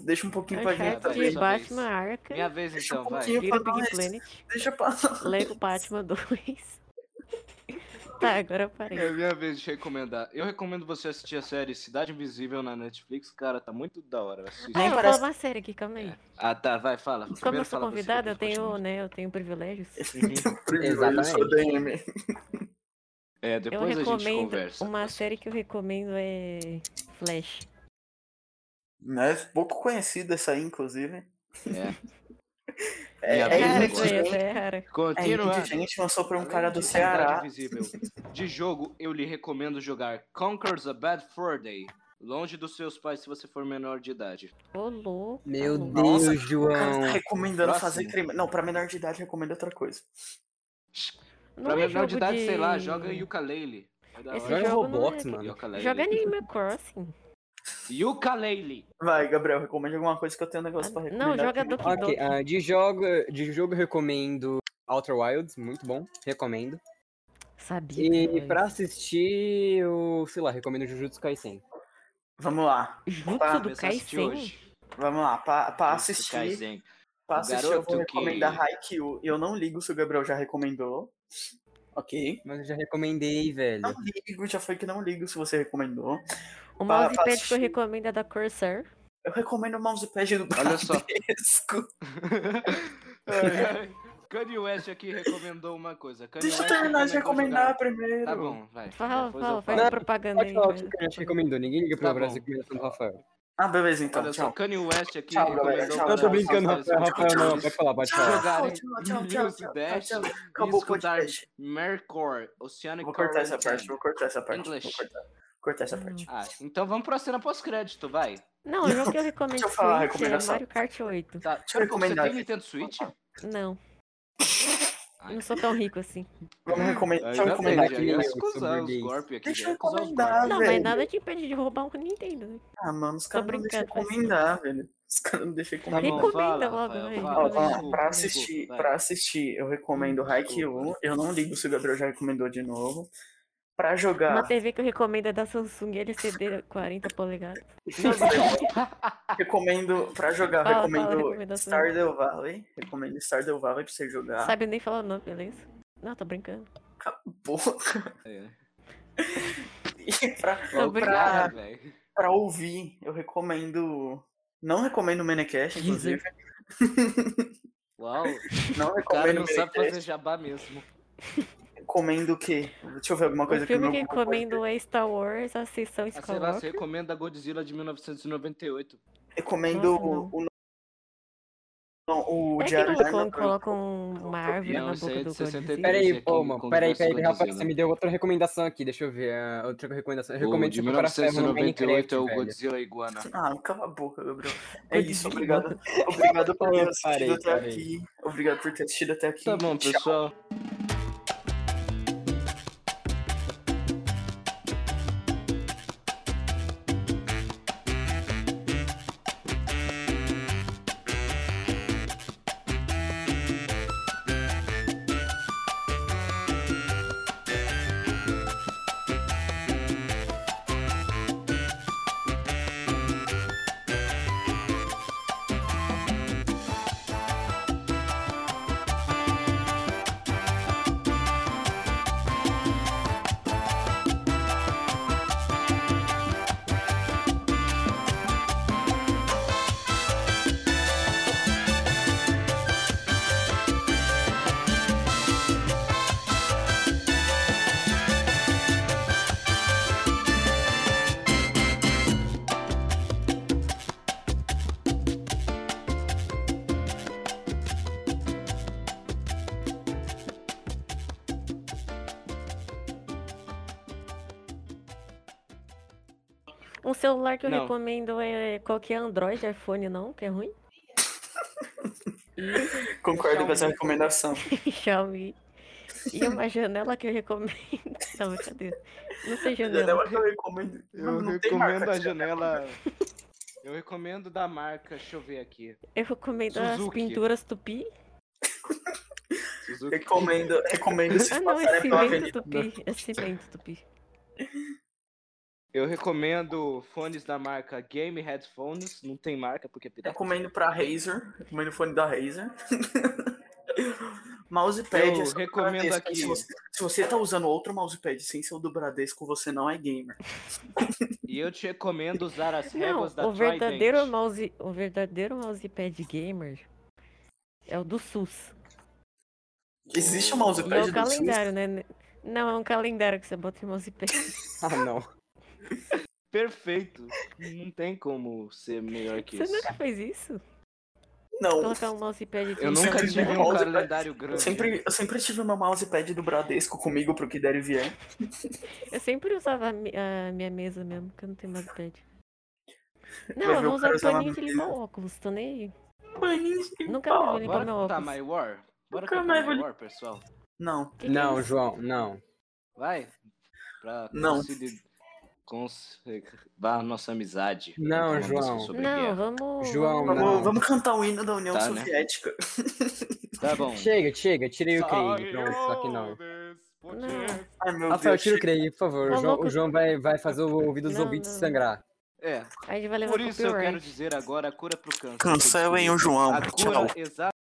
Speaker 2: Deixa um pouquinho pra gente
Speaker 1: Uncharted.
Speaker 4: Uncharted,
Speaker 2: também.
Speaker 4: Batman, Arca,
Speaker 1: Minha vez
Speaker 2: Deixa
Speaker 1: então,
Speaker 2: um
Speaker 1: vai.
Speaker 2: pouquinho pra
Speaker 4: Little
Speaker 2: nós.
Speaker 4: Big Planet,
Speaker 2: Deixa pra nós.
Speaker 4: Lego Batman 2. [LAUGHS] tá, agora eu parei.
Speaker 1: É minha vez de recomendar. Eu recomendo você assistir a série Cidade Invisível na Netflix. Cara, tá muito da hora. Assiste.
Speaker 4: Ah, eu vou falar
Speaker 2: parece-
Speaker 4: uma série aqui, calma aí.
Speaker 1: Ah, tá, vai, fala.
Speaker 4: Como
Speaker 1: Primeiro
Speaker 4: eu sou
Speaker 1: fala você,
Speaker 4: convidada, eu
Speaker 1: depois
Speaker 4: tenho,
Speaker 1: continua.
Speaker 4: né, eu tenho privilégios.
Speaker 2: [LAUGHS] Primeiro, eu sou DM.
Speaker 1: É,
Speaker 4: Eu
Speaker 1: depois a gente
Speaker 4: recomendo,
Speaker 1: conversa. né?
Speaker 4: uma série que eu recomendo é Flash.
Speaker 2: Né? Pouco conhecida essa aí, inclusive.
Speaker 4: [LAUGHS]
Speaker 1: É.
Speaker 2: É,
Speaker 1: Minha
Speaker 2: é
Speaker 1: vez agora.
Speaker 4: rara,
Speaker 2: indigente.
Speaker 4: conheço, é rara.
Speaker 2: É
Speaker 1: Continua.
Speaker 2: indigente, lançou pra um
Speaker 1: Além
Speaker 2: cara
Speaker 1: de
Speaker 2: do
Speaker 1: Cidade
Speaker 2: Ceará. [LAUGHS]
Speaker 1: Invisível, De jogo, eu lhe recomendo jogar Conquer's a Bad Fur Day. Longe dos seus pais se você for menor de idade.
Speaker 4: Ô, louco.
Speaker 3: Meu
Speaker 2: Nossa,
Speaker 3: Deus,
Speaker 2: O cara tá
Speaker 3: João.
Speaker 2: recomendando
Speaker 1: Próximo.
Speaker 2: fazer crime. Não, pra menor de idade recomenda outra coisa.
Speaker 4: Não
Speaker 1: Pra
Speaker 4: é
Speaker 1: menor de
Speaker 4: jogo
Speaker 1: idade, sei lá, joga
Speaker 4: de-
Speaker 1: Yooka-Laylee. É da
Speaker 4: Esse
Speaker 1: hora.
Speaker 3: Joga
Speaker 4: jogo não
Speaker 3: Roblox,
Speaker 4: é-
Speaker 3: mano.
Speaker 1: Yooka-Laylee.
Speaker 4: Joga Animal Crossing.
Speaker 1: Yooka-Laylee.
Speaker 2: Vai, Gabriel, recomende alguma coisa que eu tenho um negócio pra recomendar.
Speaker 4: Ah, Não, joga
Speaker 2: aqui.
Speaker 4: Doki
Speaker 3: Ok,
Speaker 4: Doki.
Speaker 3: ah, de, jogo, de jogo eu recomendo Outer Wilds, muito bom, recomendo.
Speaker 4: Sabia.
Speaker 3: E
Speaker 4: que
Speaker 3: pra assistir, eu, sei lá, recomendo Jujutsu Kaisen.
Speaker 2: Vamos lá,
Speaker 4: Jutsu do
Speaker 1: Começa a assistir
Speaker 4: Kaisen?
Speaker 1: hoje.
Speaker 2: vamos lá. Pra, pra
Speaker 1: Isso,
Speaker 2: assistir,
Speaker 1: Kaizen.
Speaker 2: pra
Speaker 1: O
Speaker 2: assistir eu
Speaker 1: garoto
Speaker 2: vou
Speaker 1: que-
Speaker 2: recomendar Haikyuu. Eu não ligo se o Gabriel já recomendou. Ok.
Speaker 3: Mas eu já recomendei, velho.
Speaker 2: Não ligo, já foi que não ligo se você recomendou. Pra-
Speaker 4: O
Speaker 2: pra
Speaker 4: mousepad que
Speaker 2: assistir.
Speaker 4: eu recomendo é da Corsair.
Speaker 2: [LAUGHS] Eu recomendo o mousepad do
Speaker 1: Olha só. [LAUGHS]
Speaker 2: Bradesco. É.
Speaker 1: Ai, ai. [LAUGHS] Kanye West aqui recomendou uma coisa. Kanye
Speaker 2: Deixa eu
Speaker 1: West
Speaker 2: terminar de
Speaker 1: é recomendou
Speaker 2: recomendar
Speaker 1: jogar-
Speaker 2: primeiro.
Speaker 1: Tá bom, vai.
Speaker 4: Fala,
Speaker 1: Depois
Speaker 4: fala,
Speaker 1: eu
Speaker 4: faz
Speaker 1: falo.
Speaker 4: a propaganda
Speaker 3: Pode
Speaker 4: aí.
Speaker 3: falar o
Speaker 4: faz
Speaker 3: que
Speaker 4: a
Speaker 3: o Kanye recomendou. Ninguém liga pra
Speaker 1: Tá
Speaker 3: tá
Speaker 1: bom.
Speaker 3: recomendação do Rafael.
Speaker 2: Ah, beleza, então.
Speaker 1: Olha só,
Speaker 2: tchau.
Speaker 1: Kanye West aqui
Speaker 2: Tchau, galera,
Speaker 1: recomendou...
Speaker 2: tchau.
Speaker 3: Não, tô
Speaker 1: pra
Speaker 3: brincando,
Speaker 1: vocês
Speaker 3: Rafael. Rafael
Speaker 1: jogarem
Speaker 3: não. Pode falar, pode
Speaker 2: Ah, Tchau,
Speaker 3: falar.
Speaker 1: Jogarem
Speaker 2: tchau, tchau, tchau, tchau,
Speaker 1: Dash
Speaker 2: tchau, tchau.
Speaker 1: e
Speaker 2: Acabou o
Speaker 1: escutar
Speaker 2: podcast.
Speaker 1: Mercore, Oceanic
Speaker 2: Vou cortar essa
Speaker 1: Current.
Speaker 2: parte, vou cortar essa parte.
Speaker 1: English.
Speaker 2: Vou cortar, cortar essa
Speaker 4: Hum.
Speaker 2: parte.
Speaker 1: Ah, então vamos pra cena pós-crédito, vai.
Speaker 4: Não, o jogo que eu recomendo
Speaker 2: Deixa eu falar a
Speaker 4: Switch é
Speaker 2: recomendação.
Speaker 4: Mario Kart 8.
Speaker 1: Tá.
Speaker 2: Deixa eu
Speaker 1: Você
Speaker 2: recomendar
Speaker 1: tem
Speaker 2: aqui.
Speaker 1: Nintendo Switch?
Speaker 4: Não. Eu não sou tão rico assim.
Speaker 2: Vamos recomendar. Deixa eu
Speaker 1: Ainda bem,
Speaker 2: recomendar
Speaker 1: já
Speaker 2: aqui.
Speaker 1: ia
Speaker 3: né?
Speaker 1: acusar os
Speaker 3: Gays.
Speaker 1: golpes aqui. um
Speaker 2: Deixa
Speaker 1: já
Speaker 2: eu
Speaker 1: ia acusar os
Speaker 3: Tá
Speaker 2: recomendar,
Speaker 1: golpes.
Speaker 4: Não,
Speaker 2: velho.
Speaker 4: mas nada te impede de roubar um Nintendo. né?
Speaker 2: Ah, mano, os caras não deixam
Speaker 4: brincando, faz
Speaker 2: recomendar, velho. Os caras não deixam
Speaker 1: Tá
Speaker 2: recomendar.
Speaker 1: bom,
Speaker 4: Recomenda
Speaker 1: fala,
Speaker 4: logo, né?
Speaker 1: Rafael,
Speaker 4: velho.
Speaker 1: fala,
Speaker 2: Ó, ó,
Speaker 1: desculpa,
Speaker 2: pra
Speaker 1: desculpa,
Speaker 2: assistir,
Speaker 1: vai. Hum,
Speaker 2: pra assistir, eu recomendo Haikyuu. Eu não ligo se o Gabriel já recomendou de novo. Pra
Speaker 4: Uma
Speaker 3: Tá.
Speaker 2: jogar,
Speaker 4: TV que eu recomendo é da Samsung LCD 40 polegadas. [LAUGHS]
Speaker 2: recomendo. Pra jogar,
Speaker 4: Fala, fala a
Speaker 2: recomendo
Speaker 4: recomendação.
Speaker 2: Stardew Valley. Recomendo Stardew Valley pra você jogar.
Speaker 4: Sabe nem falar o nome, beleza? Não, tô brincando.
Speaker 2: Porra.
Speaker 1: É.
Speaker 2: E [LAUGHS] pra, pra,
Speaker 4: Tô brincando.
Speaker 1: Obrigado, velho.
Speaker 2: pra ouvir, eu recomendo. Não recomendo o Menecast,
Speaker 4: Deezer.
Speaker 2: inclusive.
Speaker 1: Uau,
Speaker 2: Não
Speaker 1: o cara
Speaker 2: recomendo
Speaker 1: não
Speaker 2: o
Speaker 1: sabe fazer
Speaker 2: Menecast.
Speaker 1: jabá mesmo.
Speaker 2: Recomendo o quê? Deixa eu ver alguma coisa
Speaker 4: O filme que eu
Speaker 2: não vou-
Speaker 4: recomendo é Star Wars, a sessão
Speaker 1: Ah, sei lá,
Speaker 4: escolar.
Speaker 1: você recomenda Godzilla de 1998.
Speaker 2: Recomendo
Speaker 4: Nossa,
Speaker 2: o.
Speaker 4: não.
Speaker 2: o... Não, o
Speaker 4: É que
Speaker 2: Diário da Ana
Speaker 4: colocam,
Speaker 2: Branca.
Speaker 4: colocam um, uma árvore
Speaker 1: Não,
Speaker 4: na
Speaker 1: isso
Speaker 4: boca
Speaker 1: aí é
Speaker 4: do
Speaker 1: de 63.
Speaker 4: Godzilla.
Speaker 1: Esse
Speaker 3: Peraí,
Speaker 1: aqui
Speaker 3: pô,
Speaker 1: com-
Speaker 3: mano.
Speaker 1: com
Speaker 3: Peraí,
Speaker 1: Godzilla
Speaker 3: peraí, Rafael,
Speaker 1: Godzilla.
Speaker 3: você me deu outra recomendação aqui. Deixa eu ver. ah, Outra recomendação. Eu recomendo
Speaker 1: o de
Speaker 3: você comprar ferro no
Speaker 1: 1998
Speaker 3: Minecraft,
Speaker 1: é o
Speaker 3: velho.
Speaker 1: Godzilla Iguana.
Speaker 2: Ah, cala a boca, Gabriel. É
Speaker 4: Godzilla.
Speaker 2: isso, obrigado. Obrigado por ter
Speaker 3: Eu
Speaker 2: assistido
Speaker 3: parei,
Speaker 2: até
Speaker 3: parei.
Speaker 2: aqui. Obrigado por ter assistido até aqui.
Speaker 1: Tá bom,
Speaker 2: Tchau.
Speaker 1: pessoal.
Speaker 4: Um celular que eu
Speaker 1: Não.
Speaker 4: recomendo é qualquer Android, iPhone não, que é ruim. [LAUGHS]
Speaker 2: Concordo com essa recomendação.
Speaker 4: Xiaomi.
Speaker 2: [LAUGHS]
Speaker 4: E uma janela que eu recomendo. [LAUGHS] Não, brincadeira. Não sei janela.
Speaker 2: Janela que eu recomendo.
Speaker 1: Eu
Speaker 2: não tem
Speaker 1: recomendo
Speaker 2: marca
Speaker 1: a
Speaker 2: de
Speaker 1: janela. Eu recomendo da marca, deixa eu ver aqui.
Speaker 4: Eu recomendo as
Speaker 1: Suzuki.
Speaker 4: pinturas Tupi.
Speaker 1: Suzuki.
Speaker 2: Recomendo, recomendo se
Speaker 4: Ah, não, é
Speaker 2: passarem pela avenida.
Speaker 4: cimento Tupi. É cimento Tupi.
Speaker 1: Eu recomendo fones da marca Game Headphones, não tem marca porque é pirata.
Speaker 2: Recomendo pra Razer. Recomendo o fone da Razer. [LAUGHS] mousepad.
Speaker 1: Eu
Speaker 2: é só do
Speaker 1: recomendo
Speaker 2: Bradesco,
Speaker 1: aqui.
Speaker 2: Se você, se você tá usando outro mousepad sem ser o do Bradesco, você não é gamer.
Speaker 1: E eu te recomendo usar as
Speaker 4: Não,
Speaker 1: réguas da
Speaker 4: o verdadeiro,
Speaker 1: Trident.
Speaker 4: mouse, o verdadeiro mousepad gamer é o do SUS.
Speaker 2: Existe um
Speaker 4: E é
Speaker 2: mousepad
Speaker 4: o
Speaker 2: do SUS?
Speaker 4: calendário, né? Não, é um calendário que você bota em mousepad.
Speaker 3: [LAUGHS] Ah, não.
Speaker 1: Perfeito. Não tem como ser melhor [LAUGHS] que
Speaker 4: Você
Speaker 1: isso.
Speaker 4: nunca fez isso?
Speaker 2: Não.
Speaker 4: Colocar um mousepad aqui.
Speaker 1: Eu
Speaker 4: em
Speaker 1: nunca
Speaker 4: cima do
Speaker 1: tive um
Speaker 2: mouse-
Speaker 1: calendário grande.
Speaker 2: Eu sempre, eu sempre tive meu mousepad do Bradesco comigo pro que der e vier.
Speaker 4: Eu sempre usava a mi- a minha mesa mesmo, que eu não tenho mais pad.
Speaker 2: [LAUGHS]
Speaker 4: Não,
Speaker 2: Mas meu
Speaker 4: eu
Speaker 2: é
Speaker 4: vou
Speaker 2: cara
Speaker 4: usar o
Speaker 2: usava
Speaker 4: paninho que
Speaker 2: mesa.
Speaker 4: limpa o óculos, tô nem
Speaker 1: Então,
Speaker 2: Mas-
Speaker 4: aí. Nunca mais vou limpar
Speaker 1: Bora
Speaker 4: meu
Speaker 1: cantar
Speaker 4: óculos.
Speaker 1: My War? Bora
Speaker 2: Nunca
Speaker 1: cantar
Speaker 2: mais
Speaker 1: My
Speaker 2: vou-
Speaker 1: War, pessoal?
Speaker 2: Não.
Speaker 4: Que que é
Speaker 3: Não,
Speaker 4: isso?
Speaker 3: João, não.
Speaker 1: Vai. Pra
Speaker 2: Não.
Speaker 1: consoli- conservar a nossa amizade.
Speaker 3: Não,
Speaker 1: Uma música
Speaker 3: João.
Speaker 1: sobre
Speaker 4: Não,
Speaker 1: guerra.
Speaker 4: vamos.
Speaker 3: João,
Speaker 4: vamos-
Speaker 3: não.
Speaker 2: Vamos, vamos cantar o hino da União
Speaker 1: Tá, né?
Speaker 2: Soviética.
Speaker 1: Tá bom.
Speaker 3: Chega, chega. Tirei o Craig. Pronto, isso aqui então, não.
Speaker 4: Não.
Speaker 2: Ai, meu
Speaker 3: Rafael,
Speaker 2: Deus.
Speaker 3: tira o Craig, por favor. O
Speaker 4: Tá
Speaker 3: João,
Speaker 4: louco?
Speaker 3: o João vai, vai fazer o ouvido dos
Speaker 4: Não,
Speaker 3: ouvintes
Speaker 4: não.
Speaker 3: sangrar.
Speaker 1: É,
Speaker 4: A gente vai levar
Speaker 1: por isso eu
Speaker 4: copyright.
Speaker 1: quero dizer agora a cura pro câncer.
Speaker 2: Cancelem o João.
Speaker 1: A
Speaker 2: Tchau.
Speaker 1: cura exata.